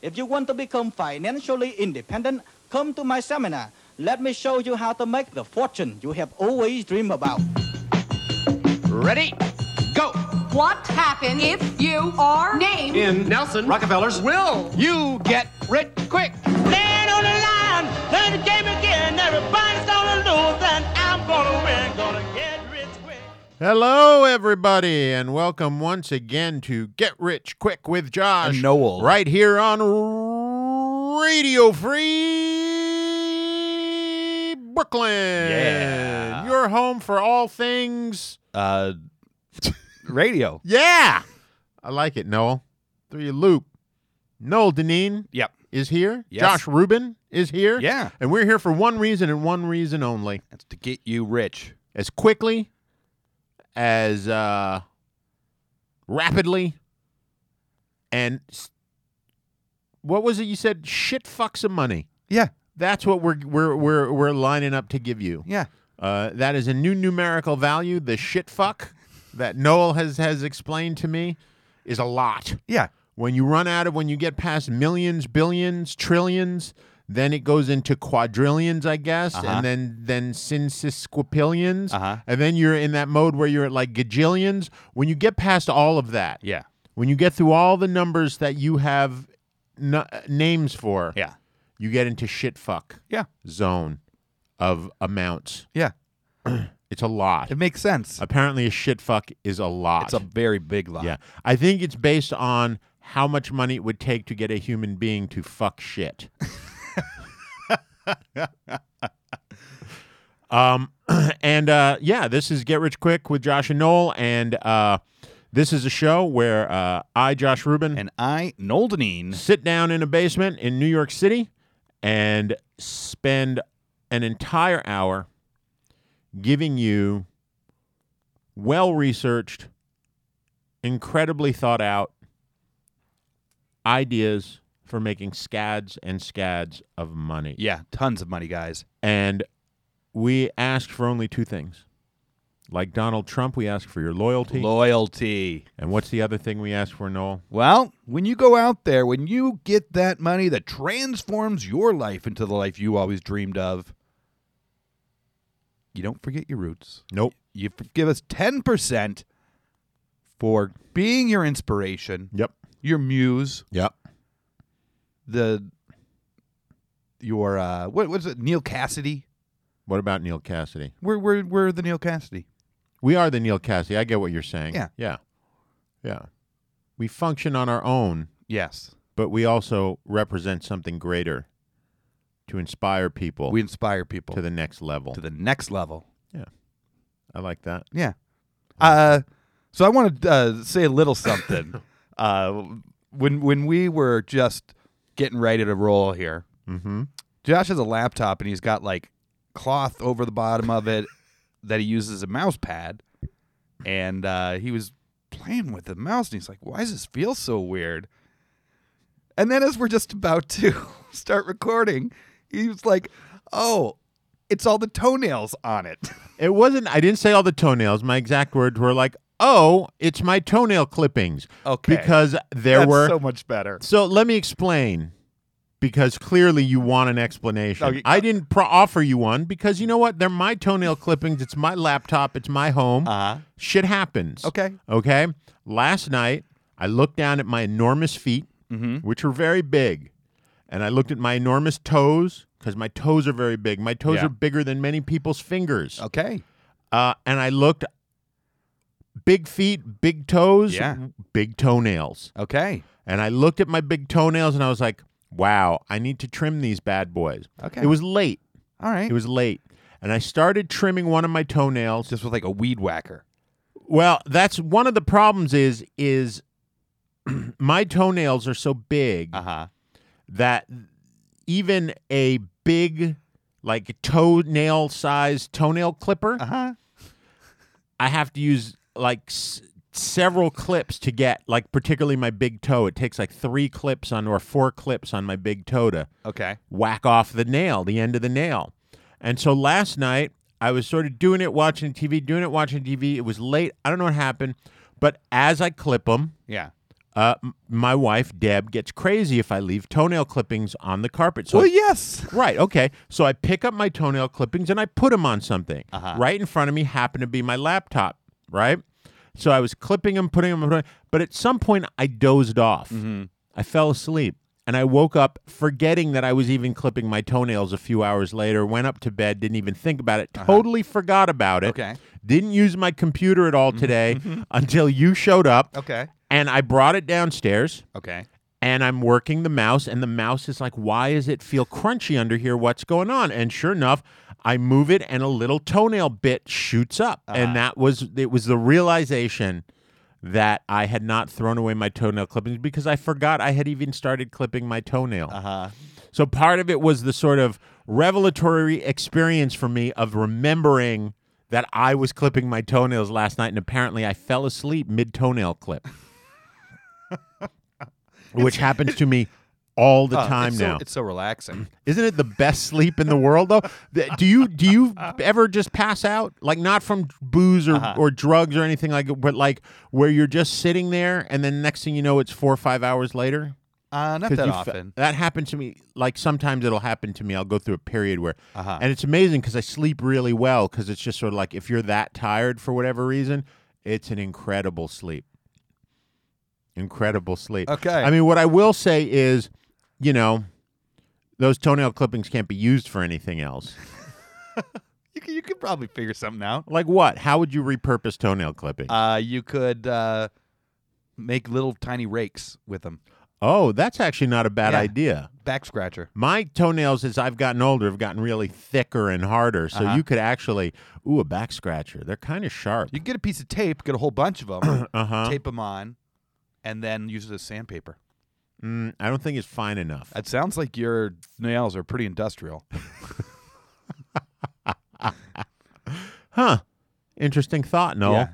If you want to become financially independent, come to my seminar. Let me show you how to make the fortune you have always dreamed about. Ready? Go! What happens if you are named? In Nelson Rockefeller's will you get rich quick? Land on the line, play the game again. Everybody's gonna lose, and I'm gonna win. Gonna get rich quick. Hello, everybody, and welcome once again to Get Rich Quick with Josh And Noel. right here on Radio Free Brooklyn. Yeah. your home for all things. Uh, radio. Yeah, I like it, Noel. Through your loop, Noel Deneen Yep. is here. Yes. Josh Rubin is here. Yeah. and we're here for one reason and one reason only: That's to get you rich. as quickly, as uh, rapidly, and s- what was it you said? Shit, fuck some money. Yeah. That's what we're we're we're we're lining up to give you. Yeah. Uh, that is a new numerical value. The shit fuck that Noel has has explained to me is a lot. Yeah. When you run out of when you get past millions, billions, trillions, then it goes into quadrillions, I guess, Uh-huh. and then then sinsisquipillions, Uh-huh. and then you're in that mode where you're at like gajillions. When you get past all of that, Yeah. when you get through all the numbers that you have n- names for, Yeah. you get into shit fuck Yeah. zone of amounts. Yeah. It's a lot. It makes sense. Apparently, a shit fuck is a lot. It's a very big lie. yeah. I think it's based on how much money it would take to get a human being to fuck shit. um, and uh, yeah, this is Get Rich Quick with Josh and Noel, and uh, this is a show where uh, I, Josh Rubin, And I, Noldenine, sit down in a basement in New York City and spend an entire hour giving you well researched, incredibly thought out ideas for making scads and scads of money. yeah, tons of money, guys. And we asked for only two things. Like Donald Trump, we ask for your loyalty. Loyalty. and what's the other thing we ask for, Noel? Well, when you go out there, when you get that money that transforms your life into the life you always dreamed of, you don't forget your roots. Nope. You f- give us 10% for being your inspiration, Yep. your muse, Yep. the your uh what was it? Neil Cassidy? What about Neil Cassidy? We're we're we're the Neil Cassidy. We are the Neil Cassidy. I get what you're saying. Yeah. Yeah. Yeah. We function on our own, Yes. but we also represent something greater to inspire people We inspire people to the next level. to the next level. I like that. Yeah. Uh, so I want to uh, say a little something. uh, when when we were just getting ready to roll here, Mm-hmm. Josh has a laptop and he's got like cloth over the bottom of it that he uses as a mouse pad, and uh, he was playing with the mouse and he's like, "Why does this feel so weird?" And then as we're just about to start recording, he was like, "Oh, it's all the toenails on it." It wasn't I didn't say all the toenails. My exact words were like, "Oh, it's my toenail clippings." Okay. Because there That's were so much better. So let me explain, because clearly you want an explanation. Okay. I didn't pro- offer you one because you know what? They're my toenail clippings. It's my laptop. It's my home. Uh-huh. Shit happens. Okay. Okay. Last night I looked down at my enormous feet, Mm-hmm. which are very big, and I looked at my enormous toes because my toes are very big. My toes Yeah. are bigger than many people's fingers. Okay. Uh, and I looked. Big feet, big toes, Yeah. big toenails. Okay. And I looked at my big toenails and I was like, wow, I need to trim these bad boys. Okay. It was late. All right. It was late. And I started trimming one of my toenails. just with like a weed whacker. Well, that's one of the problems is is my toenails are so big huh. that even a big like toenail sized toenail clipper, Uh huh. I have to use like s- several clips to get like particularly my big toe. It takes like 3 clips on or 4 clips on my big toe to Okay. whack off the nail, the end of the nail. And so last night, I was sort of doing it, watching TV, doing it, watching TV. It was late. I don't know what happened, but as I clip them, Yeah. Uh, m- my wife Deb gets crazy if I leave toenail clippings on the carpet. So well, yes. Right. Okay. So I pick up my toenail clippings and I put them on something. Uh-huh. Right in front of me happened to be my laptop. Right. So I was clipping them, putting them, but at some point I dozed off. Mm-hmm. I fell asleep and I woke up forgetting that I was even clipping my toenails a few hours later. Went up to bed, didn't even think about it, totally forgot about it. Uh-huh. Okay. Mm-hmm. Didn't use my computer at all today until you showed up. Okay. And I brought it downstairs Okay. and I'm working the mouse, and the mouse is like, why does it feel crunchy under here? What's going on? And sure enough, I move it, and a little toenail bit shoots up, and that was it was the realization that I had not thrown away my toenail clippings because I forgot I had even started clipping my toenail. Uh-huh. So part of it was the sort of revelatory experience for me of remembering that I was clipping my toenails last night, and apparently I fell asleep mid toenail clip which happens to me all the Oh, time it's so- now. it's so relaxing. Isn't it the best sleep in the world though? Th- do you do you ever just pass out? Like not from booze or, or drugs or anything like but like where you're just sitting there and then next thing you know it's 4 or 5 hours later? Uh, not 'Cause that you fe- often. that happens to me. Like sometimes it'll happen to me. I'll go through a period where, Uh-huh. and it's amazing because I sleep really well because it's just sort of like if you're that tired for whatever reason, it's an incredible sleep. Incredible sleep. Okay. I mean, what I will say is, you know, those toenail clippings can't be used for anything else. you, could, you could probably figure something out. Like what? How would you repurpose toenail clippings? Uh, you could uh, make little tiny rakes with them. oh, that's actually not a bad Yeah. idea. Back scratcher. My toenails, as I've gotten older, have gotten really thicker and harder. So Uh-huh. you could actually, ooh, a back scratcher. They're kind of sharp. You could get a piece of tape, get a whole bunch of them, Uh-huh. tape them on, and then use it as sandpaper. Mm, I don't think it's fine enough. It sounds like your nails are pretty industrial. Huh. Interesting thought, Noel. Yeah.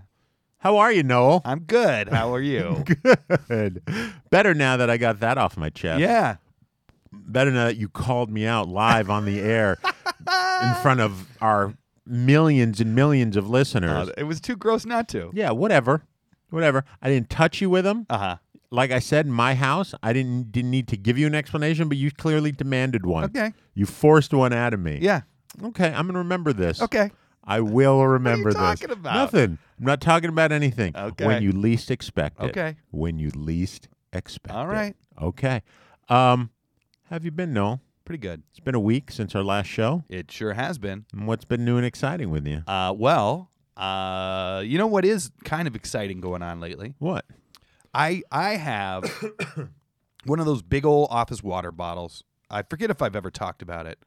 How are you, Noel? I'm good. How are you? Good. Better now that I got that off my chest. Yeah. Better now that you called me out live on the air in front of our millions and millions of listeners. Uh, it was too gross not to. yeah, whatever. Whatever. I didn't touch you with them. Uh huh. like I said, in my house, I didn't didn't need to give you an explanation, but you clearly demanded one. Okay. You forced one out of me. Yeah. Okay, I'm gonna remember this. Okay. I will remember this. talking about? Nothing. I'm not talking about anything. Okay. When you least expect it. Okay. When you least expect All it. right. Okay. Um, have you been, Noel? Pretty good. It's been a week since our last show. It sure has been. And What's been new and exciting with you? Uh, well, uh, you know what is kind of exciting going on lately? What? I I have one of those big old office water bottles. I forget if I've ever talked about it,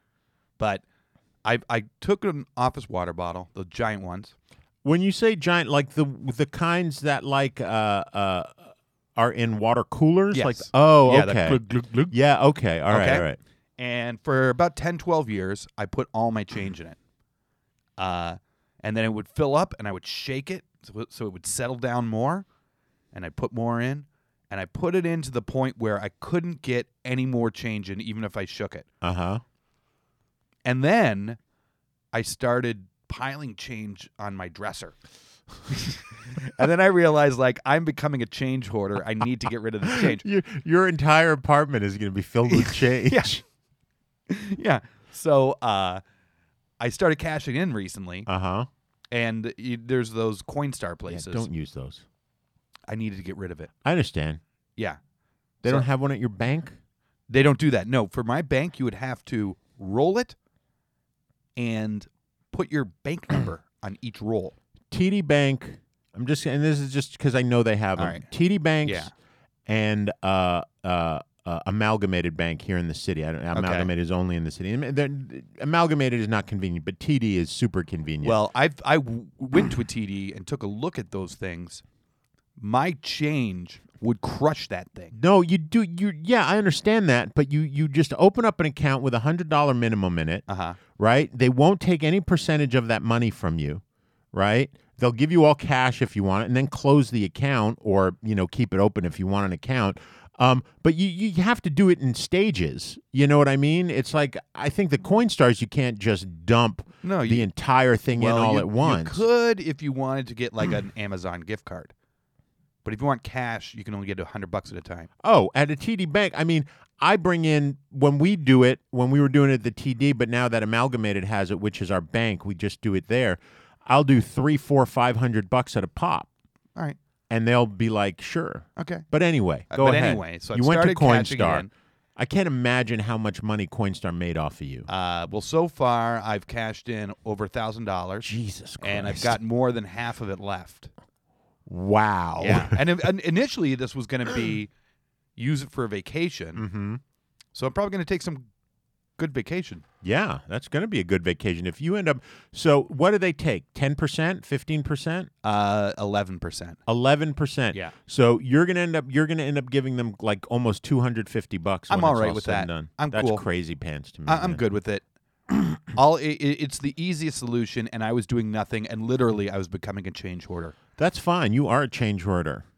but I I took an office water bottle, the giant ones. When you say giant, like the the kinds that like uh uh are in water coolers, like Yes. oh Yeah, okay, that glug, glug, glug. yeah okay, all right, Okay. all right. And for about 10, 12 years, I put all my change in it. Uh, and then it would fill up and I would shake it so, it- so it would settle down more. And I put more in. And I put it in to the point where I couldn't get any more change in, even if I shook it. uh huh, And then I started piling change on my dresser. and then I realized, like, I'm becoming a change hoarder. I need to get rid of the change. your, your entire apartment is going to be filled with change. Yeah. Yeah. So uh, I started cashing in recently. Uh huh. and you, there's those Coinstar Yeah, places. don't use those. I needed to get rid of it. I understand. Yeah, They So- don't have one at your bank. they don't do that. No, for my bank, you would have to roll it and put your bank number on each roll. TD Bank. I'm just, and this is just because I know they have All them. right. TD Banks Yeah. and uh, uh, uh, Amalgamated Bank here in the city. I don't, Amalgamated is only in the city. Am- they're- Amalgamated is not convenient, but TD is super convenient. Well, I've I w- went to a TD and took a look at those things. My change would crush that thing. no, you do. You yeah, I understand that, but you you just open up an account with a hundred dollar minimum in it. Uh huh. right? They won't take any percentage of that money from you, right? They'll give you all cash if you want it, and then close the account or you know keep it open if you want an account. Um, but you you have to do it in stages. You know what I mean? It's like I think the CoinStars you can't just dump No, the you- entire thing in all you, at you once. could if you wanted to get like an Amazon gift card, But if you want cash, you can only get a hundred bucks at a time. Oh, at a TD Bank. I mean, I bring in when we do it, when we were doing it at the TD, but now that Amalgamated has it, which is our bank, we just do it there. I'll do three, four, five hundred bucks at a pop, All right. and they'll be like, "Sure." Okay. But anyway, Uh, go but ahead. anyway, so I've you went to started cashing Coinstar. in. I can't imagine how much money Coinstar made off of you. Uh, well, so far I've cashed in over a thousand dollars, Jesus Christ! and I've got more than half of it left. wow. Yeah. and, if- and initially this was going to be use it for a vacation. hmm So I'm probably going to take some good vacation. Yeah, that's going to be a good vacation if you end up. So, what do they take? Ten percent, fifteen percent, Uh, eleven percent. eleven percent. Yeah. So you're going to end up. You're going to end up giving them like almost two hundred fifty bucks. I'm when all it's right all with said and that. Done. I'm that's cool. crazy pants to me. I- I'm man. good with it. All i i- it's the easiest solution, and I was doing nothing, and literally I was becoming a change hoarder. That's fine. You are a change order.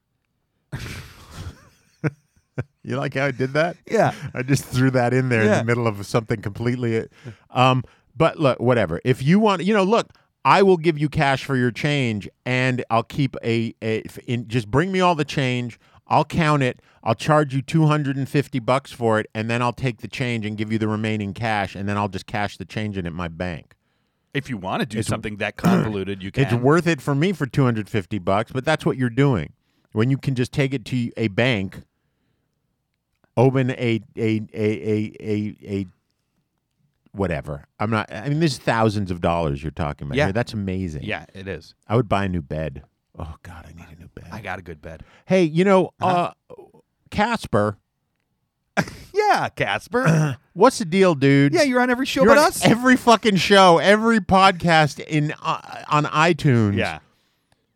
you like how I did that? Yeah. I just threw that in there in Yeah. the middle of something completely. Um, but look, whatever. If you want, you know, look, I will give you cash for your change, and I'll keep a. a if in, just bring me all the change. I'll count it. I'll charge you two hundred and fifty bucks for it, and then I'll take the change and give you the remaining cash, and then I'll just cash the change in at my bank. If you want to do something that convoluted, you can. It's worth it for me for 250 bucks, but that's what you're doing. When you can just take it to a bank, open a a a a a, a whatever. I'm not I mean there's thousands of dollars you're talking about. Yeah. here. That's amazing. yeah, it is. I would buy a new bed. Oh god, I need a new bed. I got Uh-huh. a good bed. hey, you know, uh Casper, Yeah, Casper. what's the deal, dude? yeah, you're on every show You're but on us. every fucking show, every podcast in uh, on iTunes. yeah,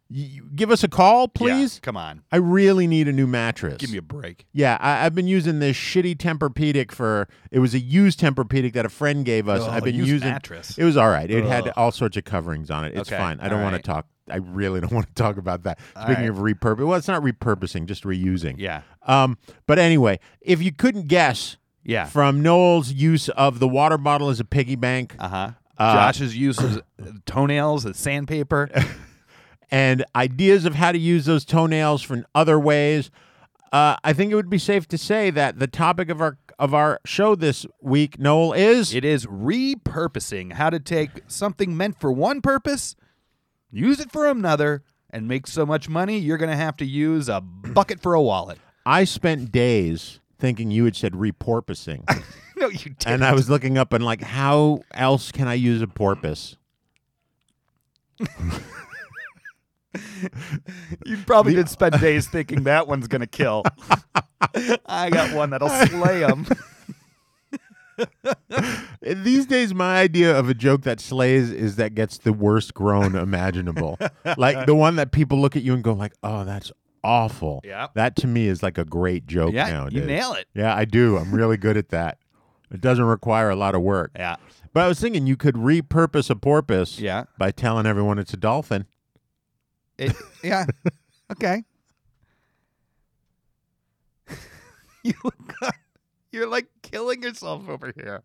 You- give us a call, please. Yeah, come on, I really need a new mattress. give me a break. yeah, I, I've been using this shitty Tempur-Pedic for. It was a used Tempur-Pedic that a friend gave us. Oh, I've been used using. mattress. It was all right. It had Ugh. all sorts of coverings on it. It's Okay, fine. I all don't want right. to talk. I really don't want to talk about that. Speaking right. of repurpose, well, it's not repurposing, just reusing. Yeah, Um. But anyway, if you couldn't guess yeah. from Noel's use of the water bottle as a piggy bank, Uh-huh. Josh's use of toenails as sandpaper. and ideas of how to use those toenails for in other ways. Uh, I think it would be safe to say that the topic of our of our show this week, Noel, is It is repurposing how to take something meant for one purpose, use it for another, and make so much money you're going to have to use a bucket for a wallet. I spent days thinking you had said repurposing, No, you did. and I was looking up and like, how else can I use a porpoise? You probably did spend days thinking that one's going to kill. I got one that'll slay him. These days, my idea of a joke that slays is that gets the worst groan imaginable, like the one that people look at you and go like, "Oh, that's awful." Yeah. that to me is like a great joke Yeah, nowadays. you nail it. Yeah, I do. I'm really good at that. It doesn't require a lot of work. Yeah. But I was thinking you could repurpose a porpoise Yeah. by telling everyone it's a dolphin. It, yeah. Okay. you got, you're like killing yourself over here.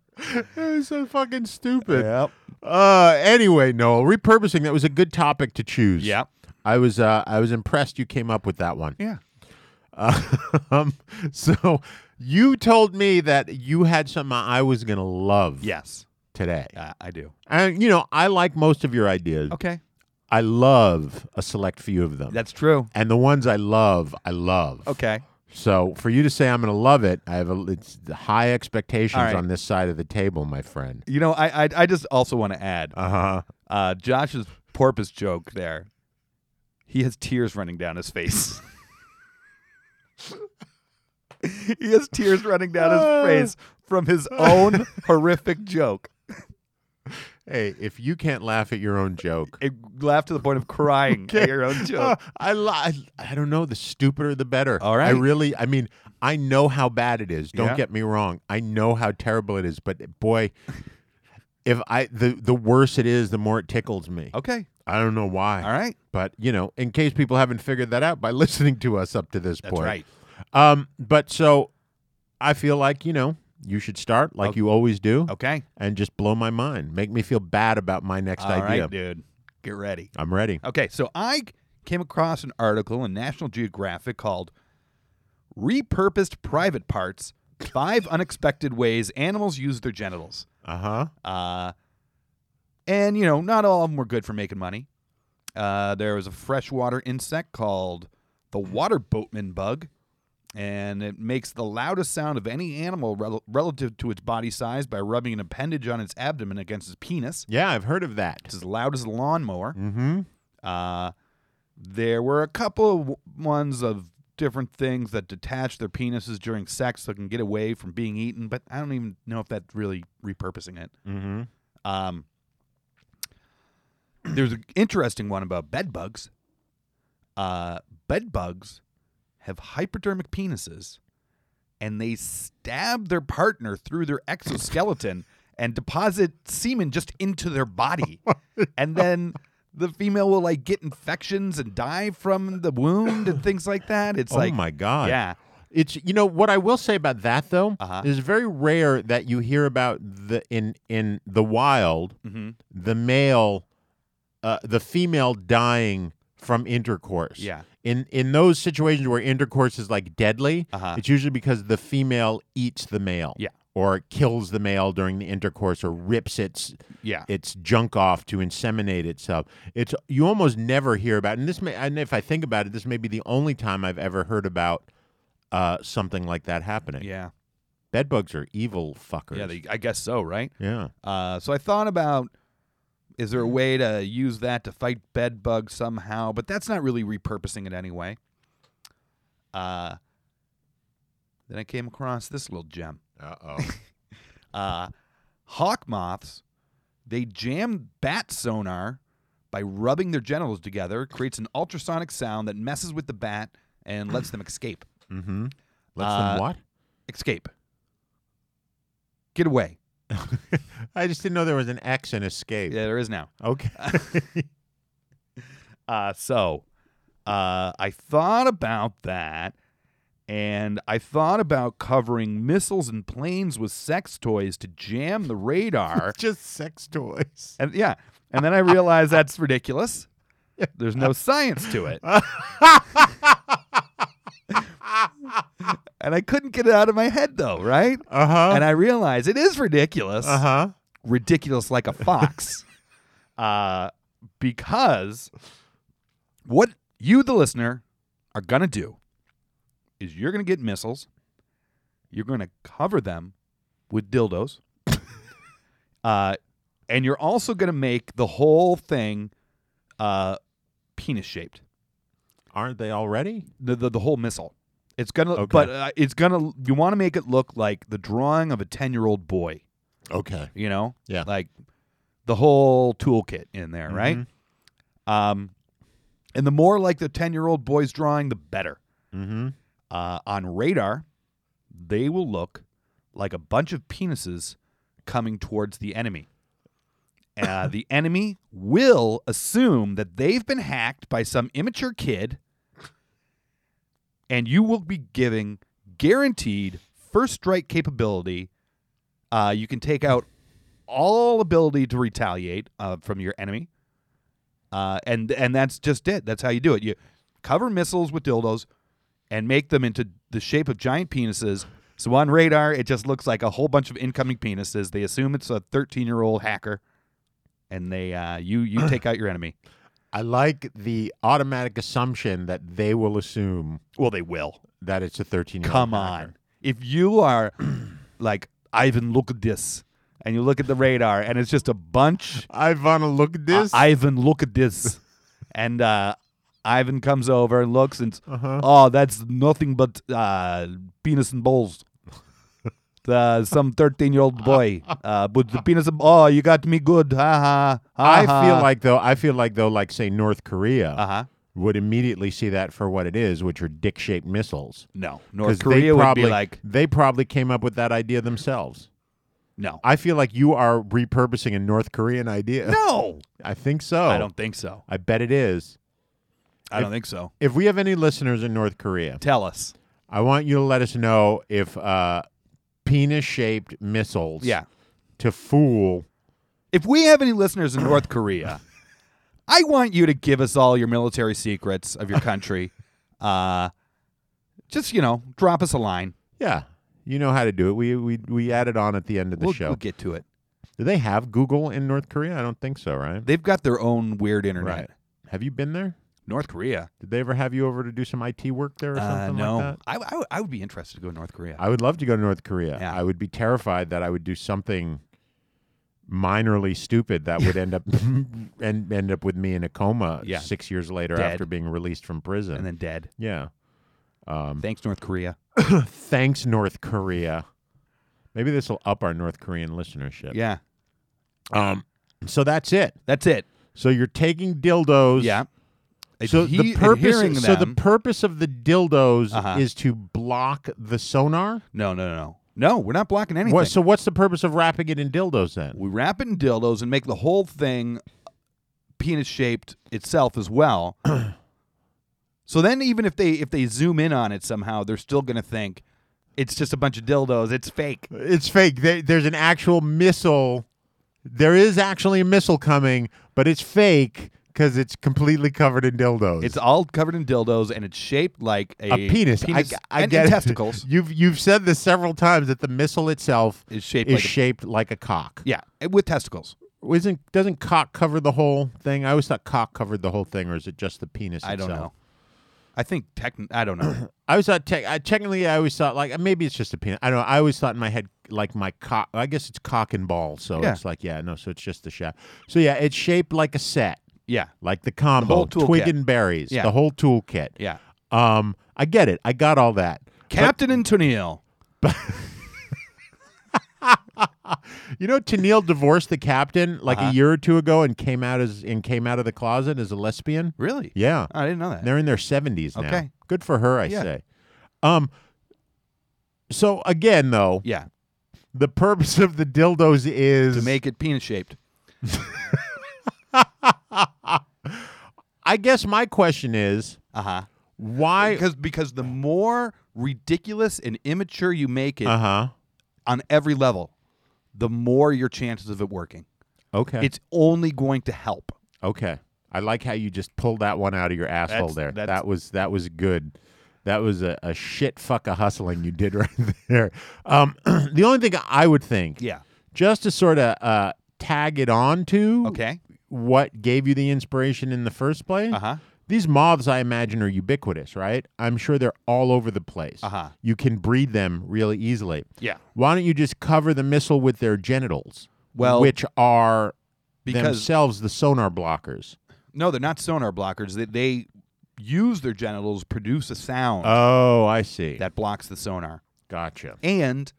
It's so fucking stupid. Uh anyway, Noel, repurposing that was a good topic to choose. Yep. I was uh I was impressed you came up with that one. Yeah. Um, so you told me that you had something I was going to love Yes. today. Uh, I do. And you know, I like most of your ideas. Okay. I love a select few of them. That's true. and the ones I love, I love. Okay. So for you to say I'm going to love it, I have a, it's high expectations All right. on this side of the table, my friend. You know, I I, I just also want to add Uh huh. uh, Josh's porpoise joke there. He has tears running down his face. he has tears running down his face from his own horrific joke. Hey, if you can't laugh at your own joke, It laughed to the point of crying at your own Uh, joke. I, li- I I don't know. The stupider, the better. All right. I really. I mean, I know how bad it is. Don't Yeah. get me wrong. I know how terrible it is. But boy, if I the the worse it is, the more it tickles me. Okay. I don't know why. All right. But you know, in case people haven't figured that out by listening to us up to this That's point, right. Um, but so I feel like you know you should start like you always do, Okay. and just blow my mind, make me feel bad about my next All right, idea. dude. Get ready. I'm ready. Okay. So I came across an article in National Geographic called Repurposed Private Parts Five Unexpected Ways Animals Use Their Genitals. Uh huh. Uh, and, you know, not all of them were good for making money. Uh, there was a freshwater insect called the water boatman bug, and it makes the loudest sound of any animal rel- relative to its body size by rubbing an appendage on its abdomen against its penis. Yeah, I've heard of that. It's as loud as a lawnmower. Mm-hmm. Uh, there were a couple of w- ones of different things that detach their penises during sex so it can get away from being eaten, but I don't even know if that's really repurposing it. Mm-hmm. Um, there's an interesting one about bed bugs. Uh, bed bugs have hypodermic penises, and they stab their partner through their exoskeleton and deposit semen just into their body, Oh and then the female will like get infections and die from the wound and things like that. It's Oh like my god. yeah, It's you know what I will say about that though Uh-huh. is very rare that you hear about the in in the wild Mhm. the male uh, the female dying from intercourse. Yeah. In in those situations where intercourse is like deadly, Uh-huh. it's usually because the female eats the male. Yeah. Or kills the male during the intercourse or rips its yeah, its junk off to inseminate itself. It's you almost never hear about, and this may, and if I think about it, this may be the only time I've ever heard about uh, something like that happening. yeah, Bed bugs are evil fuckers. yeah. They, I guess so, right? yeah. Uh, so I thought about is there a way to use that to fight bed bugs somehow, but that's not really repurposing it anyway. Uh, then I came across this little gem. Uh oh. Uh, hawk moths, they jam bat sonar by rubbing their genitals together, creates an ultrasonic sound that messes with the bat and lets them escape. mm-hmm. Let's Uh, them what? Escape. Get away. I just didn't know there was an X in escape. Yeah, there is now. Okay. Uh, so uh, I thought about that, and I thought about covering missiles and planes with sex toys to jam the radar. just sex toys. and yeah, and then I realized that's ridiculous. There's no science to it, and I couldn't get it out of my head though, right? Uh huh. And I realized it is ridiculous. Uh huh. ridiculous like a fox. uh, because what you, the listener, are going to do is you're going to get missiles, you're going to cover them with dildos, uh, and you're also going to make the whole thing uh, penis shaped Aren't they already? the the, the whole missile. It's gonna, Okay. but uh, it's gonna. You want to make it look like the drawing of a ten year old boy. Okay. You know, Yeah. like the whole toolkit in there, right? Mm-hmm. Um, and the more like the ten year old boy's drawing, the better. Mm-hmm. Uh, on radar, they will look like a bunch of penises coming towards the enemy. Uh, the enemy will assume that they've been hacked by some immature kid, and you will be giving guaranteed first strike capability. Uh, you can take out all ability to retaliate uh, from your enemy, uh, and and that's just it. That's how you do it. You cover missiles with dildos, and make them into the shape of giant penises. So on radar, it just looks like a whole bunch of incoming penises. They assume it's a 13 year old hacker, and they uh, you you take out your enemy. I like the automatic assumption that they will assume Well, they will. that it's a 13 year old. Come on, if you are like Ivan, look at this, and you look at the radar, and it's just a bunch. I want to look at this. "I- Ivan, look at this. and uh, Ivan comes over and looks and, Uh-huh. oh, that's nothing but uh, penis and balls. The, some 13 year old boy. Uh, but the penis, and, oh, you got me good. Ha ha. I feel uh-huh. like though I feel like though like say North Korea Uh huh. would immediately see that for what it is, which are dick-shaped missiles. No. 'Cause North they Korea would probably, be like, they probably came up with that idea themselves. no. I feel like you are repurposing a North Korean idea. no. I think so. I don't think so. I bet it is. I don't think so. If we have any listeners in North Korea, Tell us. I want you to let us know if uh, penis-shaped missiles Yeah. to fool If we have any listeners in North Korea, I want you to give us all your military secrets of your country. uh, just you know, drop us a line. Yeah, you know how to do it. We we we added on at the end of the We'll, show. we'll get to it. do they have Google in North Korea? I don't think so, right? They've got their own weird internet. Right. Have you been there? North Korea. Did they ever have you over to do some IT work there or Uh, something no, like that? I, I would- I would be interested to go to North Korea. I would love to go to North Korea. Yeah. I would be terrified that I would do something minorly stupid that would end up and end up with me in a coma Yeah. six years later Dead. after being released from prison. and then dead. yeah. Um, Thanks, North Korea. Thanks, North Korea. Maybe this will up our North Korean listenership. Yeah, Um. So that's it. that's it. So you're taking dildos. Yeah. So the Adhe- adhering purpose. So the them- purpose of the dildos Uh-huh. is to block the sonar. no, no, no, no. No, we're not blocking anything. What, so what's the purpose of wrapping it in dildos then? we wrap it in dildos and make the whole thing penis shaped itself as well. so then even if they if they zoom in on it somehow, they're still gonna think it's just a bunch of dildos. It's fake. It's fake. There, there's an actual missile. There is actually a missile coming, but it's fake because it's completely covered in dildos. It's all covered in dildos and it's shaped like a, a penis. I, I and, get and it. testicles. You've you've said this several times that the missile itself Is shaped is like a- shaped like a cock. Yeah, and with testicles. Isn't doesn't cock cover the whole thing? I always thought cock covered the whole thing, or is it just the penis? I don't itself? know. I think tech. I don't know. I always thought tech, I, technically, I always thought like maybe it's just a penis. I don't. know. I always thought in my head like my cock. I guess it's cock and ball, so Yeah. it's like yeah, no. So it's just the shaft. So yeah, it's shaped like a set, yeah, like the combo, whole toolkit. twig and berries, Yeah. the whole toolkit. yeah. Um, I get it. I got all that. Captain and Tennille. You know, Tennille divorced the captain like Uh-huh. a year or two ago and came out as and came out of the closet as a lesbian. Really? Oh, Yeah, I didn't know that. They're in their seventies now. uh, Okay. Good for her, I Yeah. say. Um so again though, yeah, the purpose of the dildos is to make it penis shaped. I guess my question is Uh huh. why because because the more ridiculous and immature you make it Uh-huh. on every level, the more your chances of it working. Okay. It's only going to help. okay. I like how you just pulled that one out of your asshole That's- there. that's- that was that was good. That was a, a shit fuck a hustling you did right there. Um, the only thing I would think, Yeah. just to sort of uh, tag it on to, Okay. what gave you the inspiration in the first place. Uh-huh. These moths, I imagine, are ubiquitous, right? I'm sure they're all over the place. Uh-huh. You can breed them really easily. Yeah. Why don't you just cover the missile with their genitals? Well, which are because- themselves the sonar blockers. No, they're not sonar blockers. They they use their genitals produce a sound Oh, I see. that blocks the sonar. gotcha. And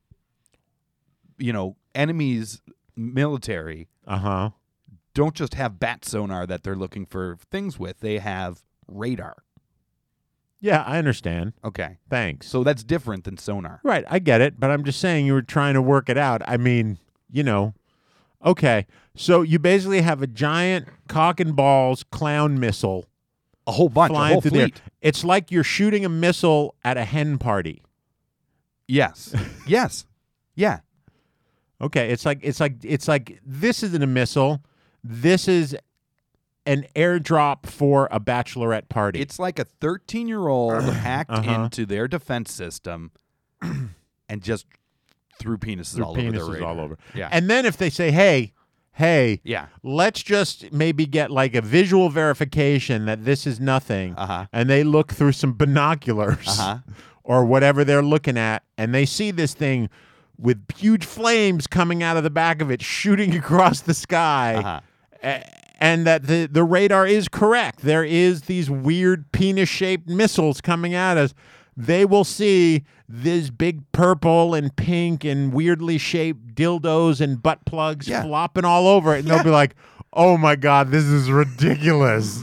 you know, enemies military Uh huh. don't just have bat sonar that they're looking for things with. They have radar. Yeah, I understand. Okay. Thanks. So that's different than sonar. Right, I get it, but I'm just saying you were trying to work it out. I mean, you know, okay. So you basically have a giant cock and balls clown missile A whole bunch, a flying whole through the air. fleet. It's like you're shooting a missile at a hen party. Yes. yes. Yeah. Okay, it's like it's like it's like this isn't a missile. This is an airdrop for a bachelorette party. It's like a 13 year old hacked Uh-huh. into their defense system and just threw penises Through all over penises their radar. all over. Yeah. And then if they say, "Hey, hey, yeah. let's just maybe get like a visual verification that this is nothing Uh-huh. and they look through some binoculars Uh-huh. or whatever they're looking at and they see this thing with huge flames coming out of the back of it shooting across the sky Uh-huh. a- and that the, the radar is correct there is these weird penis shaped missiles coming at us they will see this big purple and pink and weirdly shaped dildos and butt plugs Yeah. flopping all over it, and they'll be like, "Oh my god, this is ridiculous."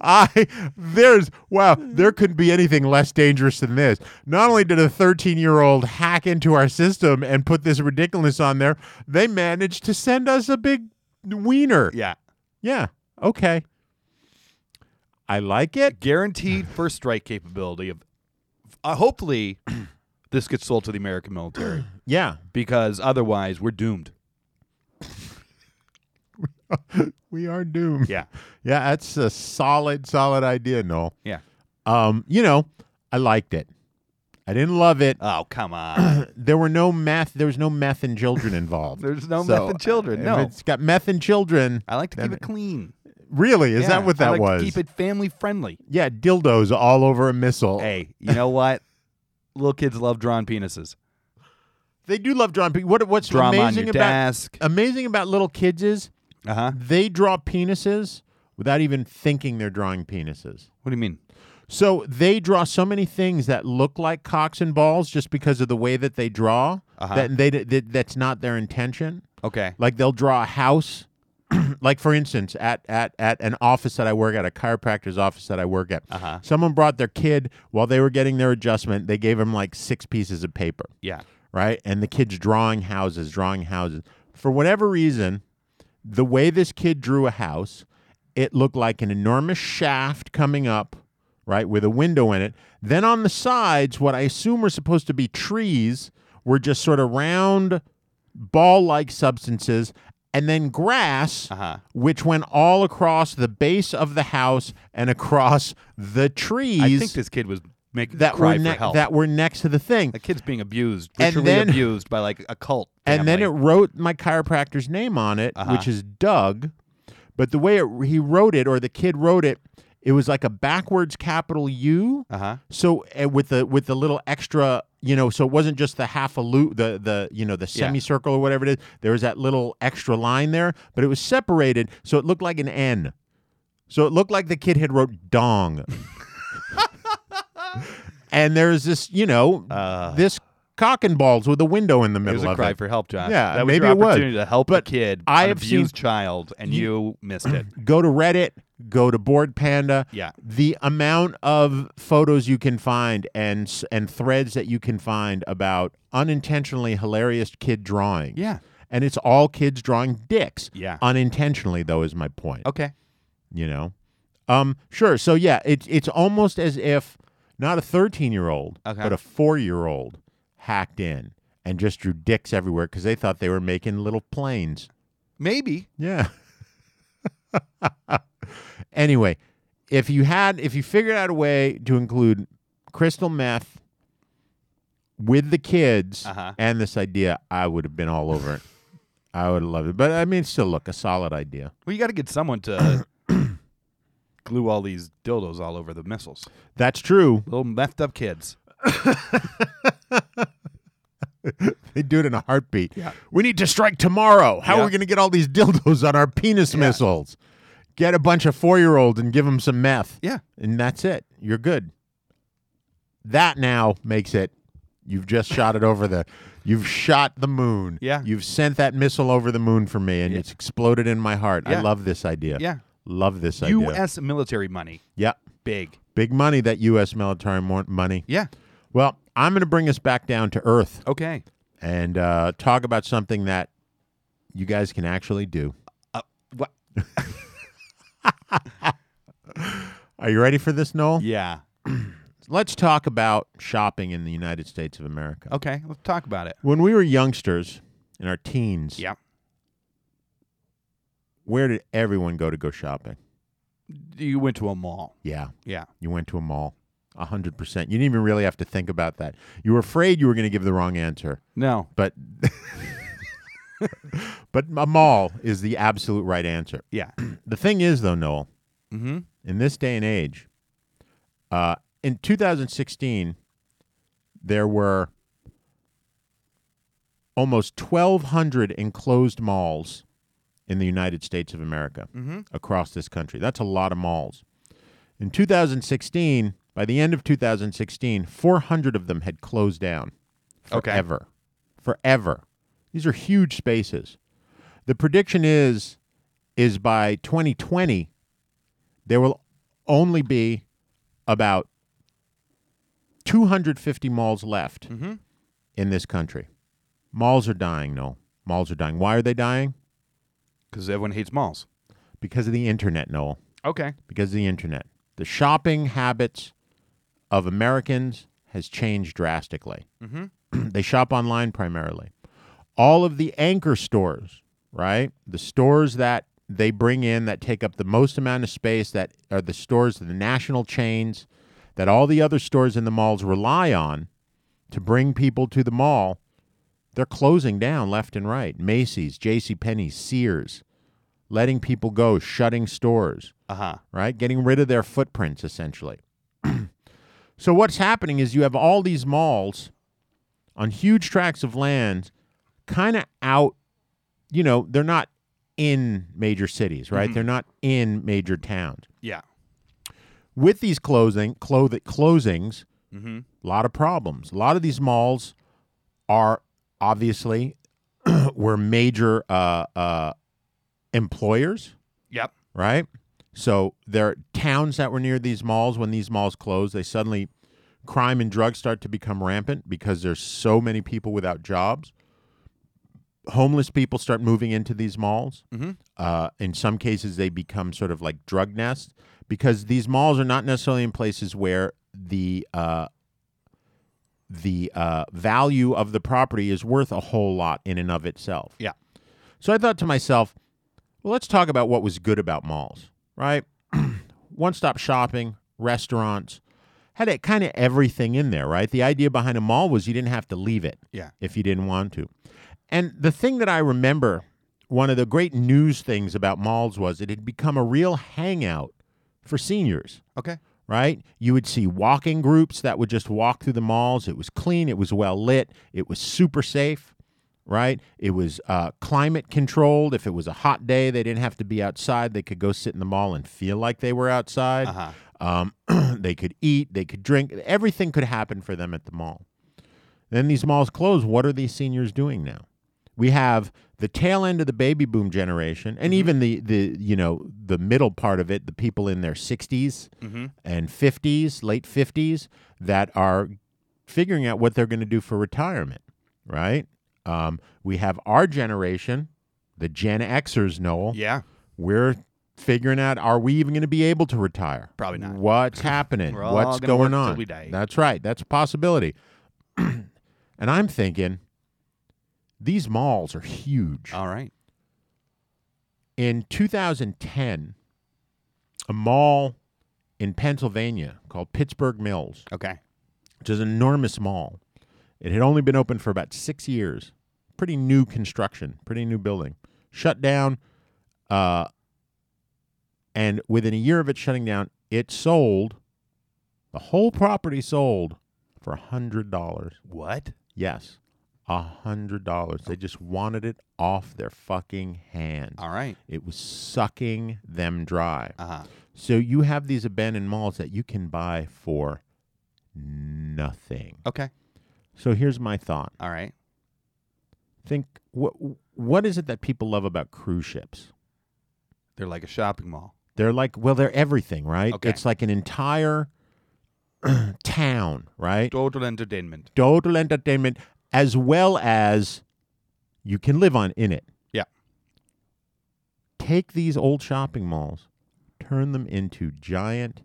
I there's wow, there couldn't be anything less dangerous than this. Not only did a 13-year-old hack into our system and put this ridiculous on there, they managed to send us a big wiener. Yeah. Yeah. Okay. I like it. Guaranteed first strike capability of uh, hopefully this gets sold to the American military Yeah. because otherwise we're doomed. we are doomed. Yeah. Yeah, that's a solid, solid idea, Noel. Yeah. Um, you know, I liked it. I didn't love it. Oh, come on. There were no meth. There was no meth and children involved. There's no So, uh, meth and children. if No. it's got meth and children. I like to then keep it clean. Really, is Yeah, that what I that like to was? keep it family friendly. Yeah, dildos all over a missile. Hey, you know what? Little kids love drawn penises. They do love drawing. pe- What, what's Draw 'em on amazing your about desk. amazing about little kids is Uh huh. they draw penises without even thinking they're drawing penises. What do you mean? So they draw so many things that look like cocks and balls just because of the way that they draw. Uh-huh. That they that, that's not their intention. Okay. Like they'll draw a house. like for instance, at, at at an office that I work at, a chiropractor's office that I work at, Uh-huh. someone brought their kid while they were getting their adjustment. They gave him like six pieces of paper Yeah. right? And the kid's drawing houses, drawing houses. For whatever reason, the way this kid drew a house, it looked like an enormous shaft coming up, right, with a window in it. Then on the sides, what I assume are supposed to be trees were just sort of round ball like substances. And then grass, Uh-huh. which went all across the base of the house and across the trees I think this kid was making that cry were for ne- help. that were next to the thing. the kid's being abused, And literally then- abused by like a cult. and then it family. Uh-huh. wrote my chiropractor's name on it, which is Doug. But the way it, he wrote it, or the kid wrote it, it was like a backwards capital U. Uh-huh. So uh, with the with the little extra, you know, so it wasn't just the half a loop, the the you know the Yeah. semicircle or whatever it is. There was that little extra line there, but it was separated, so it looked like an N. So it looked like the kid had wrote dong. and there's this, you know, this cock and balls with a window in the Uh. It middle was a of cry it. for help, Josh. Yeah, that was your maybe it was. opportunity to help But a kid, I an have seen- abused child, and you, missed it. go to Reddit, go to Board Panda. Yeah. The amount of photos you can find and s- and threads that you can find about unintentionally hilarious kid drawing. Yeah. And it's all kids drawing dicks. Yeah. Unintentionally though is my point. Okay. You know. Um sure. So yeah, it's it's almost as if not a 13-year-old, Okay. but a 4-year-old hacked in and just drew dicks everywhere cuz they thought they were making little planes. Maybe. Yeah. anyway, if you had if you figured out a way to include crystal meth with the kids Uh-huh. and this idea, I would have been all over it. I would have loved it. But I mean still look, a solid idea. Well, you got to get someone to glue all these dildos all over the missiles. That's true. Little methed up kids. They do it in a heartbeat. We need to strike tomorrow. How are Yeah. we going to get all these dildos on our penis missiles? Get a bunch of four year olds and give them some meth. Yeah. And that's it. You're good. That now makes it. You've just shot it over the. You've shot the moon. Yeah. You've sent that missile over the moon for me, and Yeah. it's exploded in my heart. I Yeah. love this idea. Yeah. Love this idea. U.S. military money. Yep. Big. Big money, that U.S. military mo- money. Yeah. Well, I'm going to bring us back down to earth Okay. and uh, talk about something that you guys can actually do. Uh, What? Are you ready for this, Noel? Yeah. Let's talk about shopping in the United States of America. Okay. Let's talk about it. When we were youngsters in our teens, Yeah. where did everyone go to go shopping? You went to a mall. Yeah, Yeah. you went to a mall. a 100%. You didn't even really have to think about that. You were afraid you were going to give the wrong answer, No. but but a mall is the absolute right answer. Yeah. The thing is though, Noel, mm-hmm. in this day and age, uh, in 2016, there were almost 1,200 enclosed malls in the United States of America across this country. That's a lot of malls. In 2016, by the end of 2016, 400 of them had closed down Okay. forever. Forever. These are huge spaces. The prediction is is by 2020 there will only be about 250 malls left in this country. Malls are dying, Noel. Malls are dying. Why are they dying? Because everyone hates malls. Because of the internet, Noel. Okay. Because of the internet. The shopping habits of Americans has changed drastically. Mm-hmm. they shop online primarily. All of the anchor stores, right? The stores that they bring in that take up the most amount of space that are the stores, the national chains, that all the other stores in the malls rely on to bring people to the mall. They're closing down left and right. Macy's, JCPenney, Sears, letting people go, shutting stores Uh huh. right? Getting rid of their footprints, essentially. so, what's happening is you have all these malls on huge tracts of land, kind of out, you know, they're not in major cities, right? They're not in major towns. Yeah. With these closing, cloth- closings, Mm-hmm. a lot of problems. A lot of these malls are obviously were major uh, uh, employers Yep. right? So there are towns that were near these malls. When these malls close, they suddenly crime and drugs start to become rampant because there's so many people without jobs. Homeless people start moving into these malls. Uh, in some cases, they become sort of like drug nests because these malls are not necessarily in places where the uh, the uh, value of the property is worth a whole lot in and of itself. Yeah. So I thought to myself, well, let's talk about what was good about malls, right? One stop shopping, restaurants, had it kind of everything in there, right? The idea behind a mall was you didn't have to leave it Yeah. if you didn't want to. And the thing that I remember, one of the great news things about malls was it had become a real hangout for seniors Okay. right? You would see walking groups that would just walk through the malls. It was clean, it was well lit, it was super safe, right? It was uh, climate controlled. If it was a hot day, they didn't have to be outside. They could go sit in the mall and feel like they were outside. Um, they could eat, they could drink. Everything could happen for them at the mall. Then these malls close. What are these seniors doing now? We have the tail end of the baby boom generation, and even the the you know the middle part of it, the people in their 60s and fifties, late fifties, that are figuring out what they're going to do for retirement. Right? Um, we have our generation, the Gen Xers, Noel. Yeah. We're figuring out: Are we even going to be able to retire? Probably not. What's happening? We're all What's gonna going work till on? we die. That's right. That's a possibility. and I'm thinking these malls are huge. All right. in 2010, a mall in Pennsylvania called Pittsburgh Mills, Okay. which is an enormous mall, it had only been open for about six years. Pretty new construction, pretty new building. Shut down. Uh, and within a year of it shutting down, it sold, the whole property sold for $100. What? Yes, $100. They just wanted it off their fucking hands. All right. It was sucking them dry. Uh huh. So you have these abandoned malls that you can buy for nothing. Okay. So here's my thought. All right. Think what what is it that people love about cruise ships? They're like a shopping mall. They're like, well, they're everything, right? Okay. It's like an entire town, right? Total entertainment. Total entertainment as well as you can live on in it. Yeah. take these old shopping malls, turn them into giant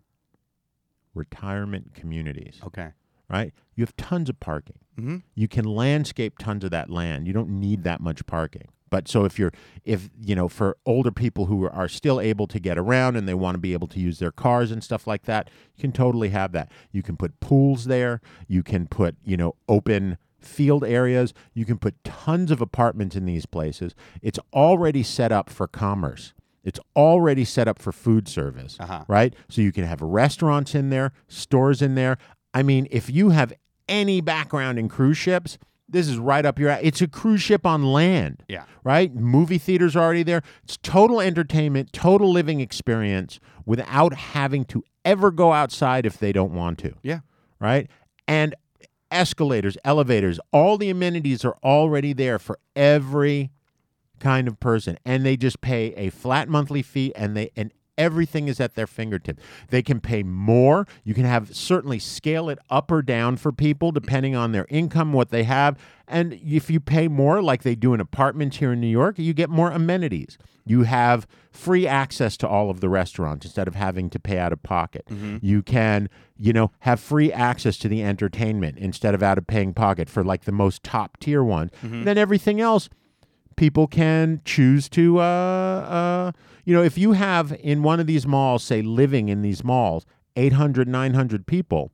retirement communities, Okay. right? You have tons of parking. Mm-hmm. You can landscape tons of that land. You don't need that much parking. But so if you're if you know for older people who are still able to get around and they want to be able to use their cars and stuff like that, you can totally have that. You can put pools there, you can put, you know, open field areas, you can put tons of apartments in these places. It's already set up for commerce. It's already set up for food service, Uh-huh. right? So you can have restaurants in there, stores in there. I mean, if you have any background in cruise ships, this is right up your alley. It's a cruise ship on land. Yeah. Right? Movie theaters are already there. It's total entertainment, total living experience without having to ever go outside if they don't want to Yeah. right? And escalators, elevators, all the amenities are already there for every kind of person. And they just pay a flat monthly fee and they and everything is at their fingertips. They can pay more. You can have certainly scale it up or down for people depending on their income, what they have. And if you pay more like they do in apartments here in New York, you get more amenities. You have free access to all of the restaurants instead of having to pay out of pocket. You can, you know, have free access to the entertainment instead of out of paying pocket for like the most top tier one. And then everything else people can choose to, uh, uh, you know, if you have in one of these malls, say living in these malls, 800, 900 people,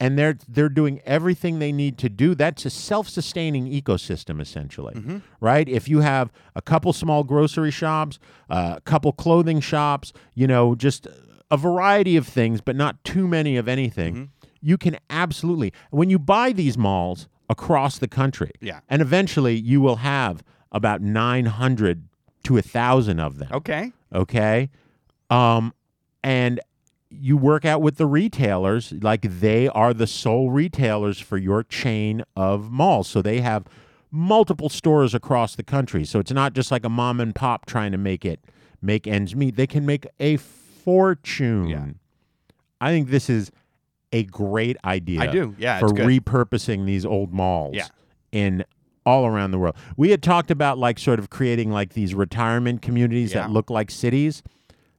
and they're they're doing everything they need to do. That's a self-sustaining ecosystem, essentially, right? If you have a couple small grocery shops, uh, a couple clothing shops, you know, just a variety of things, but not too many of anything. You can absolutely when you buy these malls across the country, Yeah. and eventually you will have about nine hundred to a thousand of them Okay. okay um and you work out with the retailers like they are the sole retailers for your chain of malls so they have multiple stores across the country so it's not just like a mom and pop trying to make it make ends meet they can make a fortune Yeah. i think this is a great idea I do. Yeah, for it's good. repurposing these old malls Yeah. in all around the world. We had talked about like sort of creating like these retirement communities that Yeah. look like cities.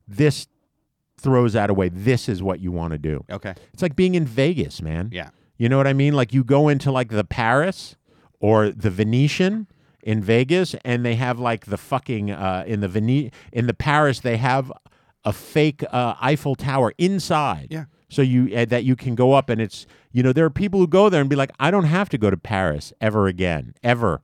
This throws that away. This is what you want to do. Okay. It's like being in Vegas, man. Yeah. You know what I mean? Like you go into like the Paris or the Venetian in Vegas, and they have like the fucking uh, in the Vene- in the Paris they have a fake uh, Eiffel Tower inside. Yeah. So you uh, that you can go up, and it's you know there are people who go there and be like, I don't have to go to Paris ever again, ever.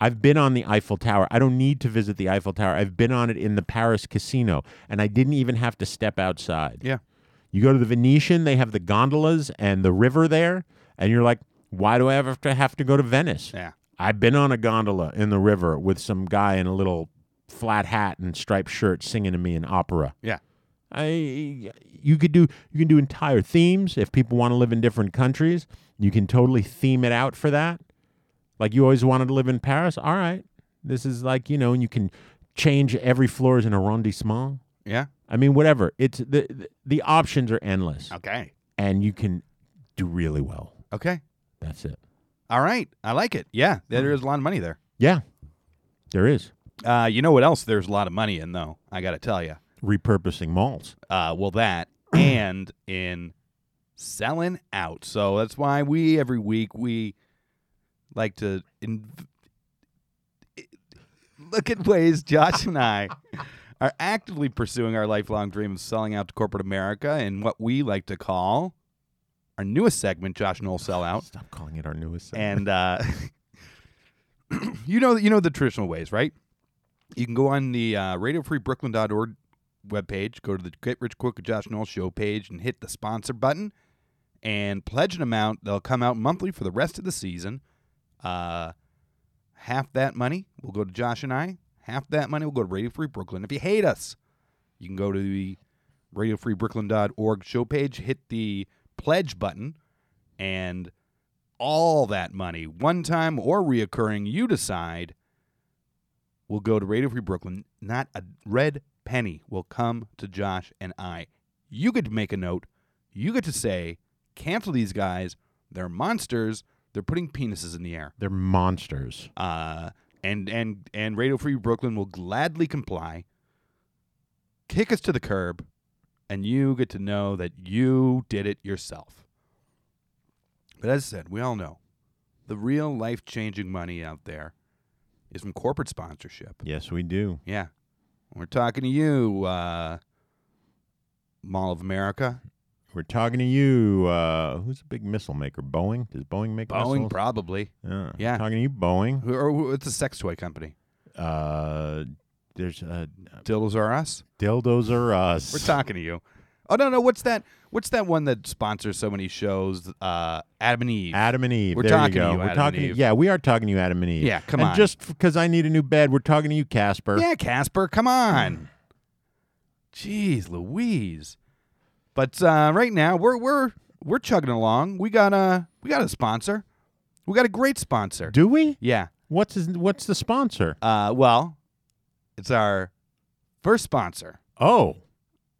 I've been on the Eiffel Tower. I don't need to visit the Eiffel Tower. I've been on it in the Paris casino, and I didn't even have to step outside. Yeah. You go to the Venetian, they have the gondolas and the river there, and you're like, why do I ever have to have to go to Venice? Yeah. I've been on a gondola in the river with some guy in a little flat hat and striped shirt singing to me an opera. Yeah. I you could do you can do entire themes if people want to live in different countries. You can totally theme it out for that. Like you always wanted to live in Paris. All right. This is like, you know, and you can change every floor is an arrondissement. Yeah. I mean, whatever. It's the the, the options are endless, Okay. and you can do really well. Okay. Hmm. That's it. All right. I like it. Yeah. There is a lot of money there. Yeah, there is Uh, you know what else there's a lot of money in, though? I got to tell you. repurposing malls. Uh, well, that and in selling out. So that's why we, every week, we like to in- look at ways Josh and I are actively pursuing our lifelong dream of selling out to corporate America in what we like to call our newest segment, Josh Noel Sellout Stop calling it our newest. segment. and uh, you know you know the traditional ways, right? You can go on the uh, radiofreebrooklyn.org webpage, go to the Get Rich Quick with Josh Knoll show page, and hit the sponsor button and pledge an amount. They'll come out monthly for the rest of the season. Uh, half that money will go to Josh and I. Half that money will go to Radio Free Brooklyn. If you hate us, you can go to the radiofreebrooklyn.org show page, hit the pledge button, and all that money, one time or reoccurring, you decide, will go to Radio Free Brooklyn. Not a red penny will come to Josh and I. You get to make a note. You get to say, cancel these guys. They're monsters. They're putting penises in the air. they're monsters. Uh, and and and Radio Free Brooklyn will gladly comply. Kick us to the curb, and you get to know that you did it yourself. But as I said, we all know the real life changing money out there is from corporate sponsorship. Yes, we do. Yeah, we're talking to you, uh, Mall of America, We're talking to you. Uh, who's a big missile maker? Boeing. Does Boeing make Boeing, missiles? probably. yeah. Yeah. Talking to you, Boeing. Who- Or who- it's a sex toy company. Uh, there's uh, Dildos are us. dildos are us. We're talking to you. Oh no, no. What's that? What's that one that sponsors so many shows? Uh, Adam and Eve. Adam and Eve. We're there talking to you go. you, we're Adam and talking. Eve. To, yeah, we are talking to you, Adam and Eve. Yeah, come and on. Just because I need a new bed, we're talking to you, Casper. yeah, Casper. Come on. Jeez, Louise. But uh, right now we're we're we're chugging along. We got a we got a sponsor. We got a great sponsor. Do we? yeah. What's his, what's the sponsor? Uh, well, it's our first sponsor. Oh,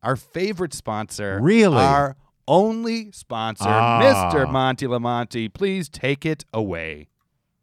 Our favorite sponsor. Really? Our only sponsor, Ah. Mr. Monty Lamonti. Please take it away.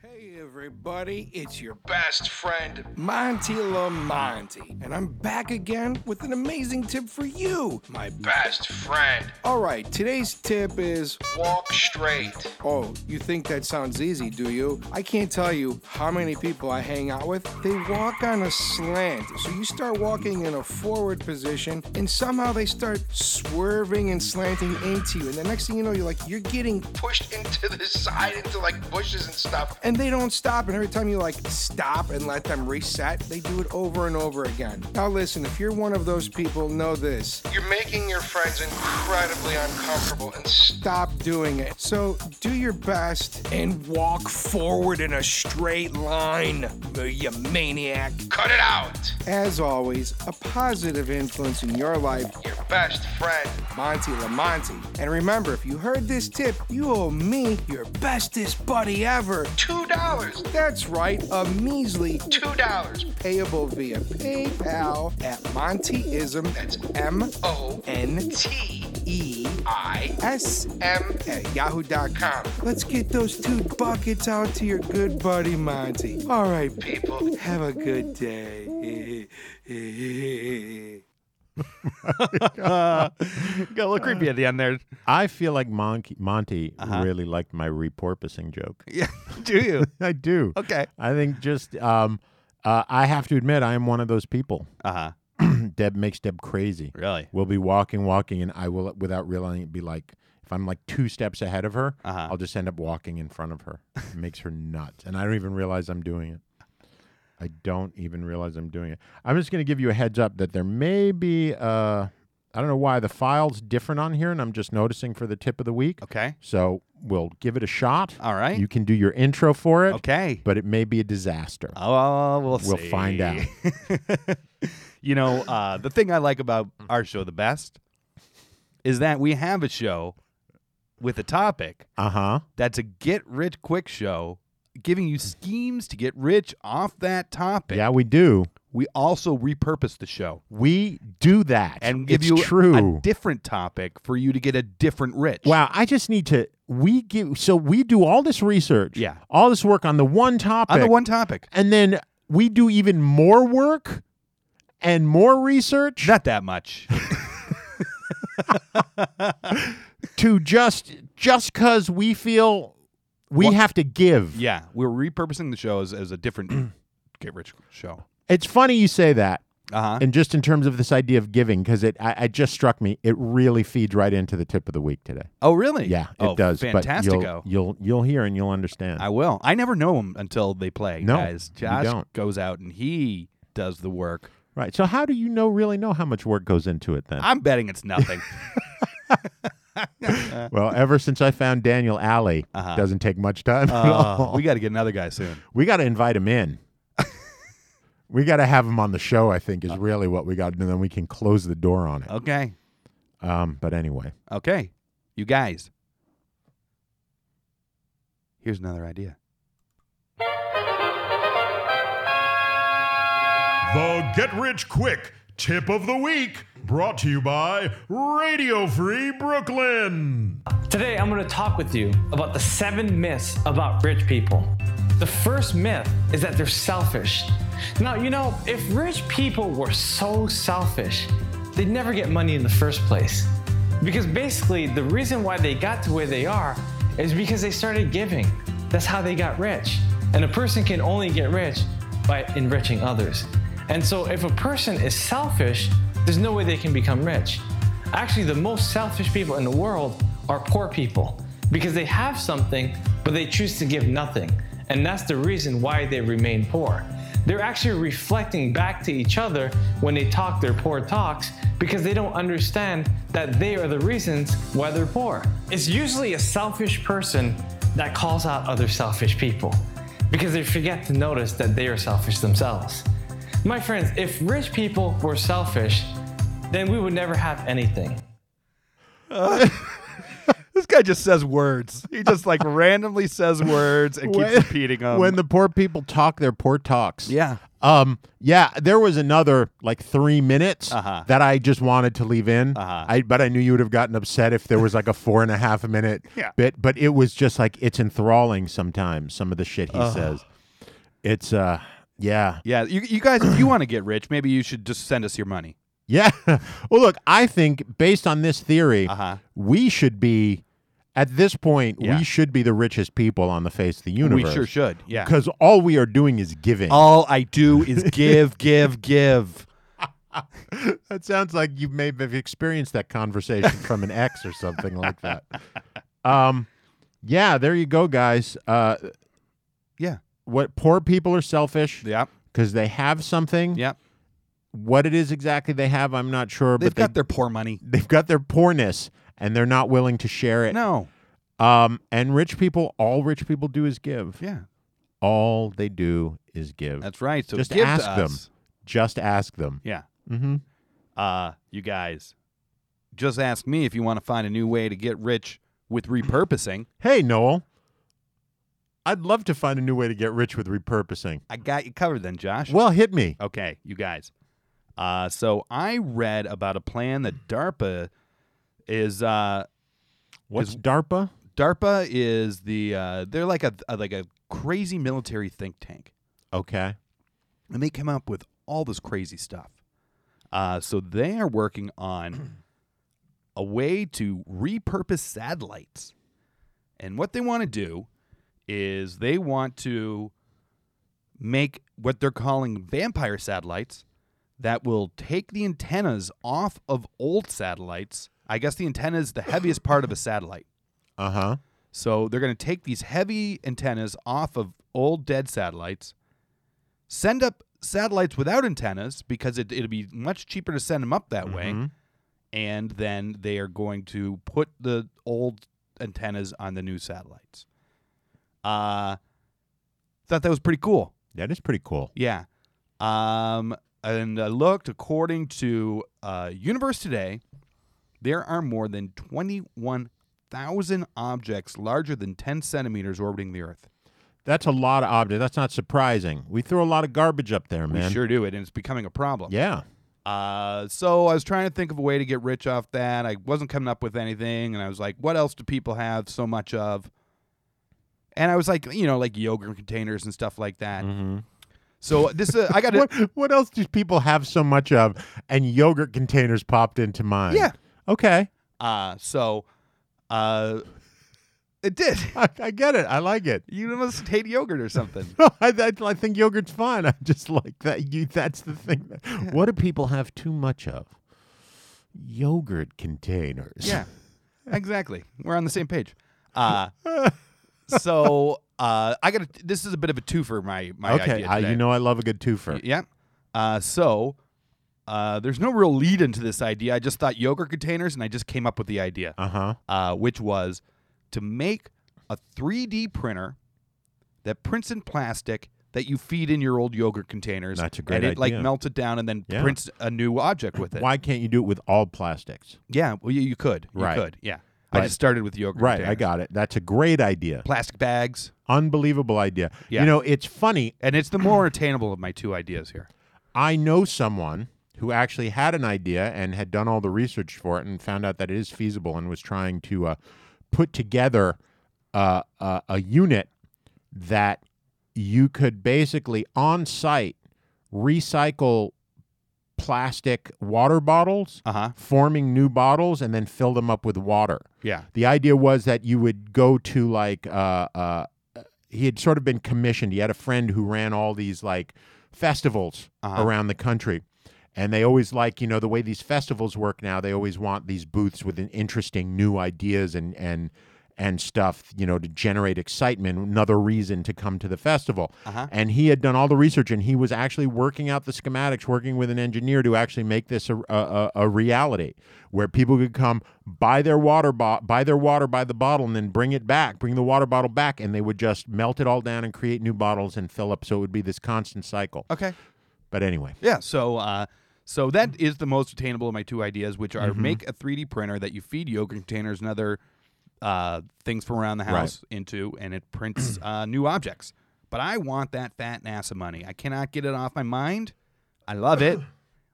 Hey everybody. It's your best friend, Monty Lamonti. And I'm back again with an amazing tip for you, my best friend. All right, today's tip is walk straight. Oh, you think that sounds easy, do you? I can't tell you how many people I hang out with. They walk on a slant. So you start walking in a forward position, and somehow they start swerving and slanting into you. And the next thing you know, you're like, you're getting pushed into the side, into like bushes and stuff. And they don't stop. And every time you like stop and let them reset, they do it over and over again. Now, listen, if you're one of those people, know this. You're making your friends incredibly uncomfortable and stop doing it. So do your best and walk forward in a straight line, you maniac. Cut it out. As always, a positive influence in your life. Your best friend, Monty Lamonti. And remember, if you heard this tip, you owe me your bestest buddy ever. Two dollars. That's right, a measly two dollars. Payable via PayPal at Montyism. That's M O N T E I S M at yahoo.com. Let's get those two buckets out to your good buddy Monty. All right, people, have a good day. Got a little creepy at the end there. I feel like Monkey, Monty really liked my repurposing joke. Yeah, do you? I do. Okay. I think just um, uh, I have to admit I am one of those people. Uh huh. Deb makes Deb crazy. Really? We'll be walking, walking, and I will, without realizing it, be like, if I'm like two steps ahead of her, Uh-huh. I'll just end up walking in front of her. It makes her nuts, and I don't even realize I'm doing it. I don't even realize I'm doing it. I'm just going to give you a heads up that there may be. Uh, I don't know why the file's different on here, and I'm just noticing for the tip of the week. Okay. So we'll give it a shot. All right. You can do your intro for it. Okay. But it may be a disaster. Oh, we'll We'll see. find out. you know, uh, the thing I like about our show the best is that we have a show with a topic Uh huh. that's a get rich quick show, giving you schemes to get rich off that topic. Yeah, we do. We also repurpose the show We do that. and give It's you true. a different topic for you to get a different rich. wow, I just need to. We give so we do all this research. Yeah. All this work on the one topic. On the one topic. and then we do even more work and more research Not that much. to just just because we feel we What- have to give. yeah, we're repurposing the show as, as a different get rich show. It's funny you say that. Uh huh. And just in terms of this idea of giving, because it, I, it just struck me, it really feeds right into the tip of the week today. Oh, really? Yeah, it oh, does. But Fantastico. you'll, you'll you'll hear and you'll understand. I will. I never know them until they play. No, guys. you Josh don't. goes out and he does the work. right. So how do you know really know how much work goes into it then? I'm betting it's nothing. well, ever since I found Daniel Alley, Uh-huh. doesn't take much time. at Uh, all. we got to get another guy soon. We got to invite him in. we got to have him on the show. I think is Uh-huh. really what we got, and then we can close the door on it. Okay. Uh-huh. Um, but anyway, Okay. You guys. Here's another idea. The Get Rich Quick Tip of the Week, brought to you by Radio Free Brooklyn. Today, I'm going to talk with you about the seven myths about rich people. The first myth is that they're selfish. Now, you know, if rich people were so selfish, they'd never get money in the first place. Because basically, the reason why they got to where they are is because they started giving. That's how they got rich. And a person can only get rich by enriching others. And so, if a person is selfish, there's no way they can become rich. Actually, the most selfish people in the world are poor people because they have something, but they choose to give nothing. And that's the reason why they remain poor. They're actually reflecting back to each other when they talk their poor talks because they don't understand that they are the reasons why they're poor. It's usually a selfish person that calls out other selfish people because they forget to notice that they are selfish themselves. My friends, if rich people were selfish, then we would never have anything. This guy just says words. He just like randomly says words and keeps repeating them. when the poor people talk their poor talks. yeah. Um. Yeah. There was another like three minutes Uh-huh. that I just wanted to leave in. Uh-huh. I but I knew you would have gotten upset if there was like a four and a half minute Yeah. bit. But it was just like it's enthralling sometimes. Some of the shit he says. It's uh yeah. Yeah, you, you guys, if you want to get rich, maybe you should just send us your money. Yeah. well, look, I think based on this theory, Uh-huh. we should be at this point Yeah. we should be the richest people on the face of the universe. We sure should. Yeah. Because all we are doing is giving. All I do is give, give, give. that sounds like you may have experienced that conversation from an ex or something like that. Um, yeah, there you go, guys. Uh, Yeah. what poor people are selfish Yep. because they have something. Yep. What it is exactly they have, I'm not sure. They've but they, got their poor money. they've got their poorness and they're not willing to share it. No. Um, and rich people, all rich people do is give. Yeah. All they do is give. That's right. So Just give to ask them. us. Just ask them. Yeah. Mm-hmm. Uh, you guys, just ask me if you want to find a new way to get rich with repurposing. Hey, Noel. I'd love to find a new way to get rich with repurposing. I got you covered then, Josh. Well, hit me. Okay, you guys. Uh, so I read about a plan that DARPA is. Uh, What's DARPA? DARPA is the uh, they're like a, a like a crazy military think tank. Okay. and they come up with all this crazy stuff. Uh, so they are working on a way to repurpose satellites, and what they want to do is they want to make what they're calling vampire satellites that will take the antennas off of old satellites. I guess the antenna is the heaviest part of a satellite. Uh huh. So they're going to take these heavy antennas off of old dead satellites, send up satellites without antennas because it, it'll be much cheaper to send them up that way. And then they are going to put the old antennas on the new satellites. Uh, thought that was pretty cool. That is pretty cool. Yeah. Um, and I looked, according to uh, Universe Today, there are more than 21,000 objects larger than 10 centimeters orbiting the Earth. That's a lot of objects. That's not surprising. We throw a lot of garbage up there, man. We sure do it, and it's becoming a problem. Yeah. Uh, so I was trying to think of a way to get rich off that. I wasn't coming up with anything, and I was like, what else do people have so much of? And I was like, you know, like yogurt containers and stuff like that. So this, uh, I got Mm-hmm. What to. What else do people have so much of? And yogurt containers popped into mind. Yeah. Okay. Uh, so, uh, it did. I, I get it. I like it. You must hate yogurt or something. No, I, I, I think yogurt's fine. I just like that. You. That's the thing. that- What do people have too much of? Yogurt containers. yeah, exactly. We're on the same page. Uh, so uh, I got to this is a bit of a twofer. My my Okay. idea I, today. you know, I love a good twofer. Yeah. Uh, so uh, there's no real lead into this idea. I just thought yogurt containers, and I just came up with the idea, Uh huh. uh, which was to make a 3D printer that prints in plastic that you feed in your old yogurt containers. That's a great and it like idea. melts it down and then Yeah. prints a new object with it. Why can't you do it with all plastics? Yeah, well, you, you could. You Right. could. Yeah. I Right. just started with yogurt. Right, I containers. got it. That's a great idea. plastic bags, Unbelievable idea. Yeah. You know, it's funny. and it's the more attainable of my two ideas here. I know someone who actually had an idea and had done all the research for it and found out that it is feasible and was trying to uh, put together uh, uh, a unit that you could basically on site recycle plastic water bottles, Uh huh. forming new bottles, and then fill them up with water. Yeah. The idea was that you would go to like uh, uh, he had sort of been commissioned. He had a friend who ran all these like festivals Uh-huh. around the country, and they always like you know the way these festivals work now. They always want these booths with an interesting new ideas and and and stuff you know to generate excitement another reason to come to the festival Uh-huh. and he had done all the research and he was actually working out the schematics working with an engineer to actually make this a, a, a- a reality where people could come buy their water bo- buy their water by the bottle and then bring it back bring the water bottle back and they would just melt it all down and create new bottles and fill up so it would be this constant cycle Okay. but anyway Yeah. So, uh, so that is the most attainable of my two ideas, which are make a 3D printer that you feed yogurt containers and other uh, things from around the Right. house into, and it prints uh, new objects. But I want that fat NASA money. I cannot get it off my mind. I love it.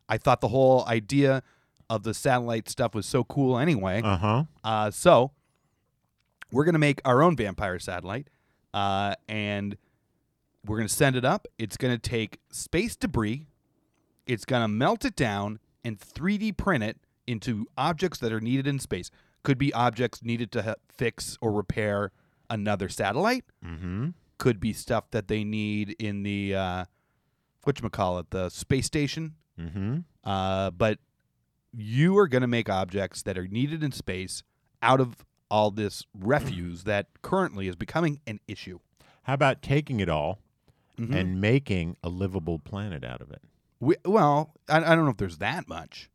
I thought the whole idea of the satellite stuff was so cool anyway. uh-huh Uh, so we're gonna make our own vampire satellite, uh, and We're going to send it up. It's going to take space debris, it's going to melt it down and 3D print it into objects that are needed in space. Could be objects needed to he- fix or repair another satellite. Mm-hmm. Could be stuff that they need in the uh, whatchamacallit, the space station. Mm-hmm. Uh, but you are going to make objects that are needed in space out of all this refuse that currently is becoming an issue. How about taking it all and making a livable planet out of it? We, well, I, I don't know if there's that much,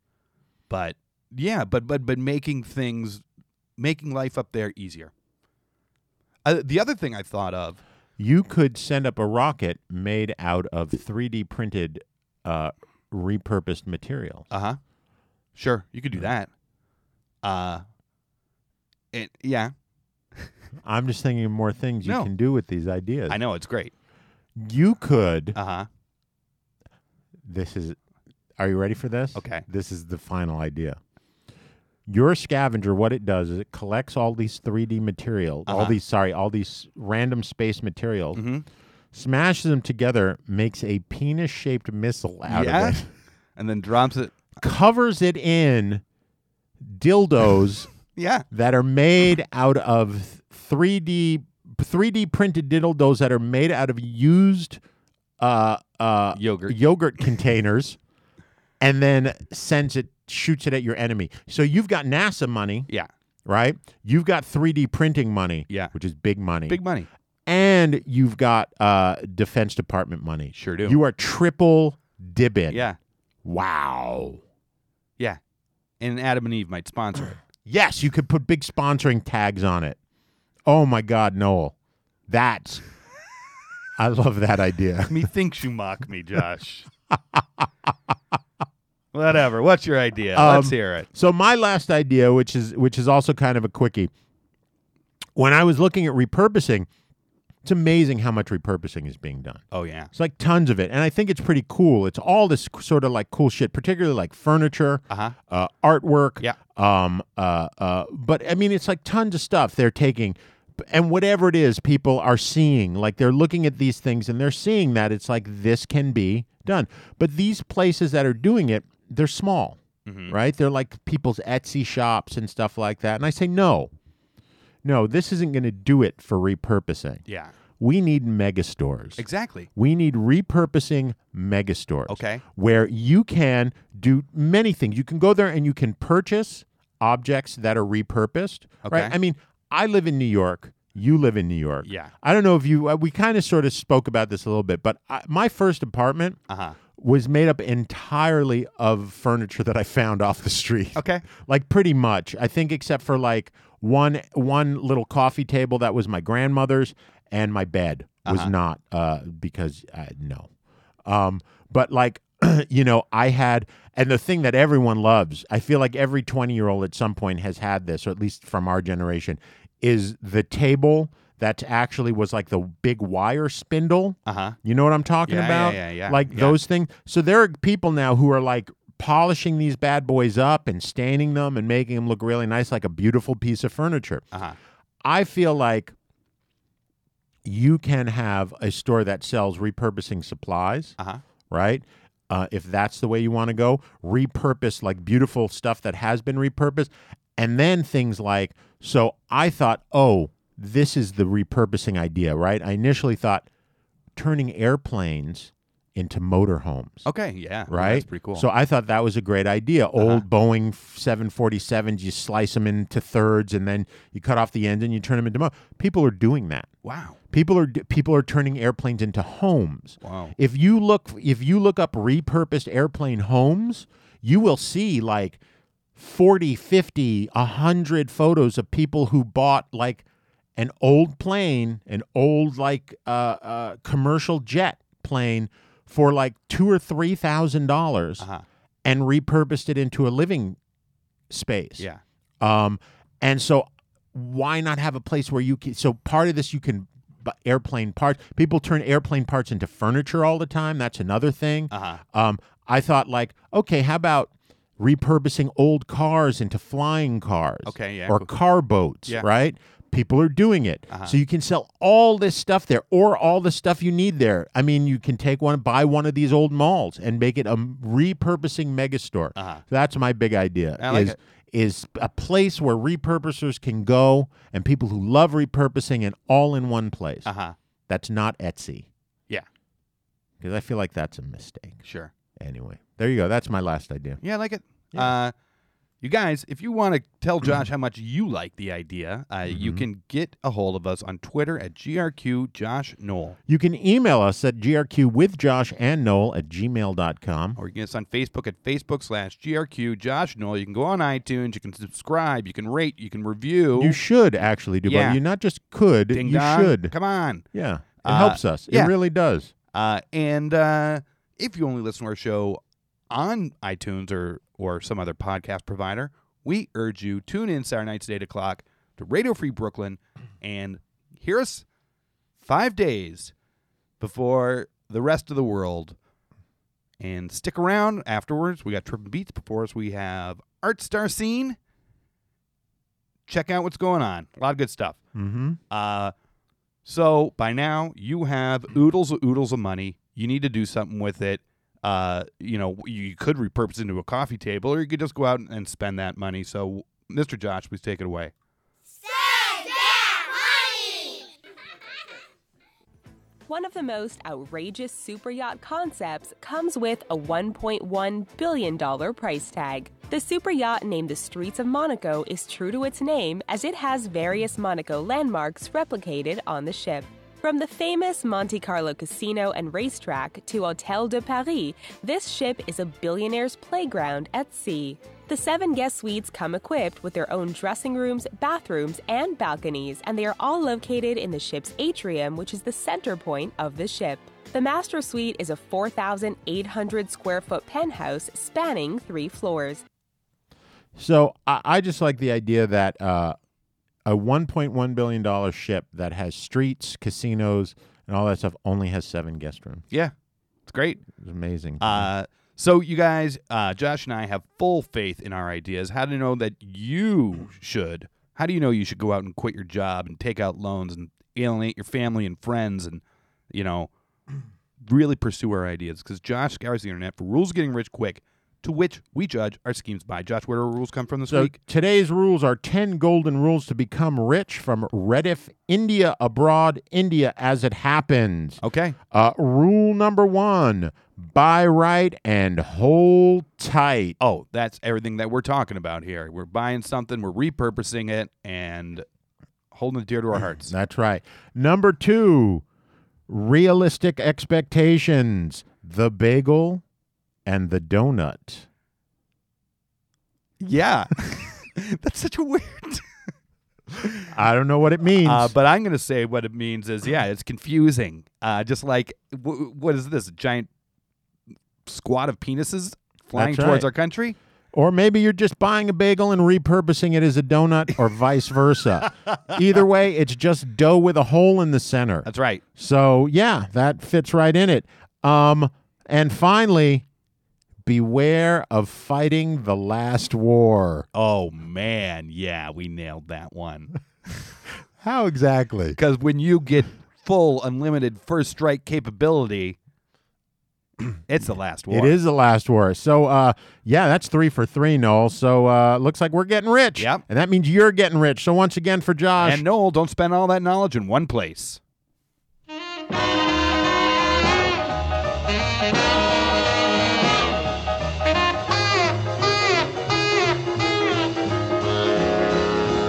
but yeah, but but but making things, making life up there easier. Uh, the other thing I thought of, You could send up a rocket made out of 3D printed uh, repurposed material. uh huh, sure, you could do that. Uh, it yeah, I'm just thinking of more things you No. can do with these ideas. I know it's great. You could. Uh huh. this is. Are you ready for this? Okay. This is the final idea. Your scavenger, what it does is it collects all these 3D material, Uh-huh. all these, sorry, all these random space materials, Mm-hmm. smashes them together, makes a penis shaped missile out yeah, of it, and then drops it. covers it in dildos Yeah, that are made out of 3D 3D printed dildos that are made out of used uh, uh, Yogurt. yogurt containers, and then sends it shoots it at your enemy. So you've got NASA money, yeah, right? You've got 3D printing money, Yeah. which is big money, big money. and you've got uh, Defense Department money. Sure do. You are triple dibbing. Yeah, Wow. yeah, and Adam and Eve might sponsor it. Yes, you could put big sponsoring tags on it. Oh my God, Noel. That's. I love that idea. Methinks you mock me, Josh. Whatever. What's your idea? Let's Um, hear it. So my last idea, which is which is also kind of a quickie. When I was looking at repurposing, it's amazing how much repurposing is being done. Oh yeah. It's like tons of it, and I think it's pretty cool. It's all this sort of like cool shit, particularly like furniture, Uh-huh. uh, artwork. Yeah. Um. Uh. Uh. But I mean, it's like tons of stuff they're taking, and whatever it is, people are seeing. Like they're looking at these things and they're seeing that it's like this can be done. But these places that are doing it, they're small, Mm-hmm. right? They're like people's Etsy shops and stuff like that. And I say no, no, this isn't going to do it for repurposing. Yeah. We need mega stores. Exactly. We need repurposing megastores. Okay. Where you can do many things. You can go there and you can purchase objects that are repurposed. Right? Okay. I mean, I live in New York. You live in New York. Yeah. I don't know if you, uh, we kind of sort of spoke about this a little bit, but I, my first apartment Uh-huh. was made up entirely of furniture that I found off the street. Okay. Like pretty much, I think, except for like one one little coffee table that was my grandmother's, and my bed was not uh, because uh, no, um, but like. you know, I had, and the thing that everyone loves, I feel like every 20 year old at some point has had this, or at least from our generation, is the table that actually was like the big wire spindle. Uh-huh. You know what I'm talking Yeah, yeah, about? yeah, yeah, Like yeah. those those things. So there are people now who are like polishing these bad boys up and staining them and making them look really nice, like a beautiful piece of furniture. Uh-huh. I feel like you can have a store that sells repurposing supplies, Uh-huh. right? Uh, if that's the way you want to go, repurpose like beautiful stuff that has been repurposed. And then things like, so I thought, oh, this is the repurposing idea, right? I initially thought turning airplanes into motorhomes Okay. Yeah. right? Oh, That's pretty cool. Uh-huh. So I thought that was a great idea. Old Boeing 747s, you slice them into thirds, and then you cut off the end and you turn them into. Mo- People are doing that. wow. People are d- people are turning airplanes into homes. Wow. If you look if you look up repurposed airplane homes, you will see like 40, 50, 100 photos of people who bought like an old plane, an old like uh, uh, commercial jet plane for like two or three thousand dollars Uh-huh. and repurposed it into a living space. Yeah. Um, and so why not have a place where you can? So part of this you can bu- airplane parts. People turn airplane parts into furniture all the time. That's another thing. Uh-huh. Um, I thought like, okay, how about repurposing old cars into flying cars? Okay, yeah, Or cool. car boats, Yeah. Uh-huh. right? people are doing it. So you can sell all this stuff there or all the stuff you need there. I mean, you can take one, buy one of these old malls and make it a m- repurposing megastore. So that's my big idea. Uh-huh. I like is, it. is a place where repurposers can go and people who love repurposing and all in one place. Uh huh. That's not Etsy Yeah. because I feel like that's a mistake. Sure. Anyway, there you go. That's my last idea. Yeah, I like it. Uh, you guys, if you want to tell Josh how much you like the idea, uh, you can get a hold of us on Twitter at grq Josh Knoll, You can email us at grq with Josh and Noel at gmail.com. or you can get us on Facebook at Facebook slash grq Josh Knoll. You can go on iTunes. You can subscribe. You can rate. You can review. You should actually do Yeah. both. You not just could, Ding you dong. should. Come on. Yeah. It Uh, helps us. yeah. It really does. Uh, and uh, if you only listen to our show on iTunes or or some other podcast provider, we urge you tune in Saturday nights at eight o'clock to Radio Free Brooklyn and hear us five days before the rest of the world. And stick around afterwards. We got Trip and Beats before us. We have Art Star Scene. Check out what's going on. A lot of good stuff. Mm-hmm. Uh, so by now you have oodles of oodles of money. You need to do something with it. Uh, you know, you could repurpose it into a coffee table, or you could just go out and spend that money. So, Mr. Josh, please take it away. One of the most outrageous super yacht concepts comes with a $1.1 billion price tag. The super yacht named the Streets of Monaco is true to its name as it has various Monaco landmarks replicated on the ship. From the famous Monte Carlo Casino and racetrack to Hôtel de Paris, this ship is a billionaire's playground at sea. The seven guest suites come equipped with their own dressing rooms, bathrooms, and balconies, and they are all located in the ship's atrium, which is the center point of the ship. The master suite is a 4,800 square foot penthouse spanning three floors. So I, I just like the idea that uh, a $1.1 billion ship that has streets, casinos, and all that stuff only has seven guest rooms. Yeah, it's great. It's amazing. Uh, so you guys, uh, Josh and I have full faith in our ideas. How do you know that you should? How do you know you should go out and quit your job and take out loans and alienate your family and friends and you know really pursue our ideas? Because Josh scours the internet for rules of getting rich quick, to which we judge our schemes by. Josh, where do our rules come from this So week? today's rules are 10 golden rules to become rich from Rediff, India abroad, India as it happens. Okay, Uh, rule number one buy right and hold tight. Oh, that's everything that we're talking about here. We're buying something, we're repurposing it, and holding it dear to our hearts. That's right. Number two, realistic expectations the bagel and the donut. Yeah. That's such a weird. I don't know what it means. Uh, but I'm going to say what it means is, yeah, it's confusing. Uh, just like, w- what is this? A giant squad of penises flying That's towards right. our country? Or maybe you're just buying a bagel and repurposing it as a donut or vice versa. Either way, it's just dough with a hole in the center. That's right. So, yeah, that fits right in it. Um, and finally, beware of fighting the last war. Oh, man. Yeah, we nailed that one. How exactly? Because when you get full, unlimited first strike capability, it's the last one. It is the last war. So, uh, yeah, that's three for three, Noel. So, uh, looks like we're getting rich. Yep. And that means you're getting rich. So, once again, for Josh. And Noel, don't spend all that knowledge in one place.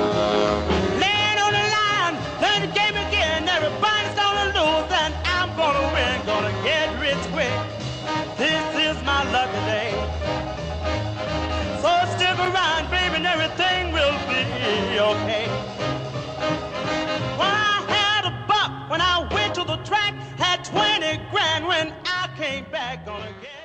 Land on the line, play the game again. Everybody's gonna lose, and I'm gonna win. Gonna get rich quick. This is my lucky day. So stick around, baby, and everything will be okay. When I had a buck, when I went to the track, had 20 grand. When I came back, gonna get.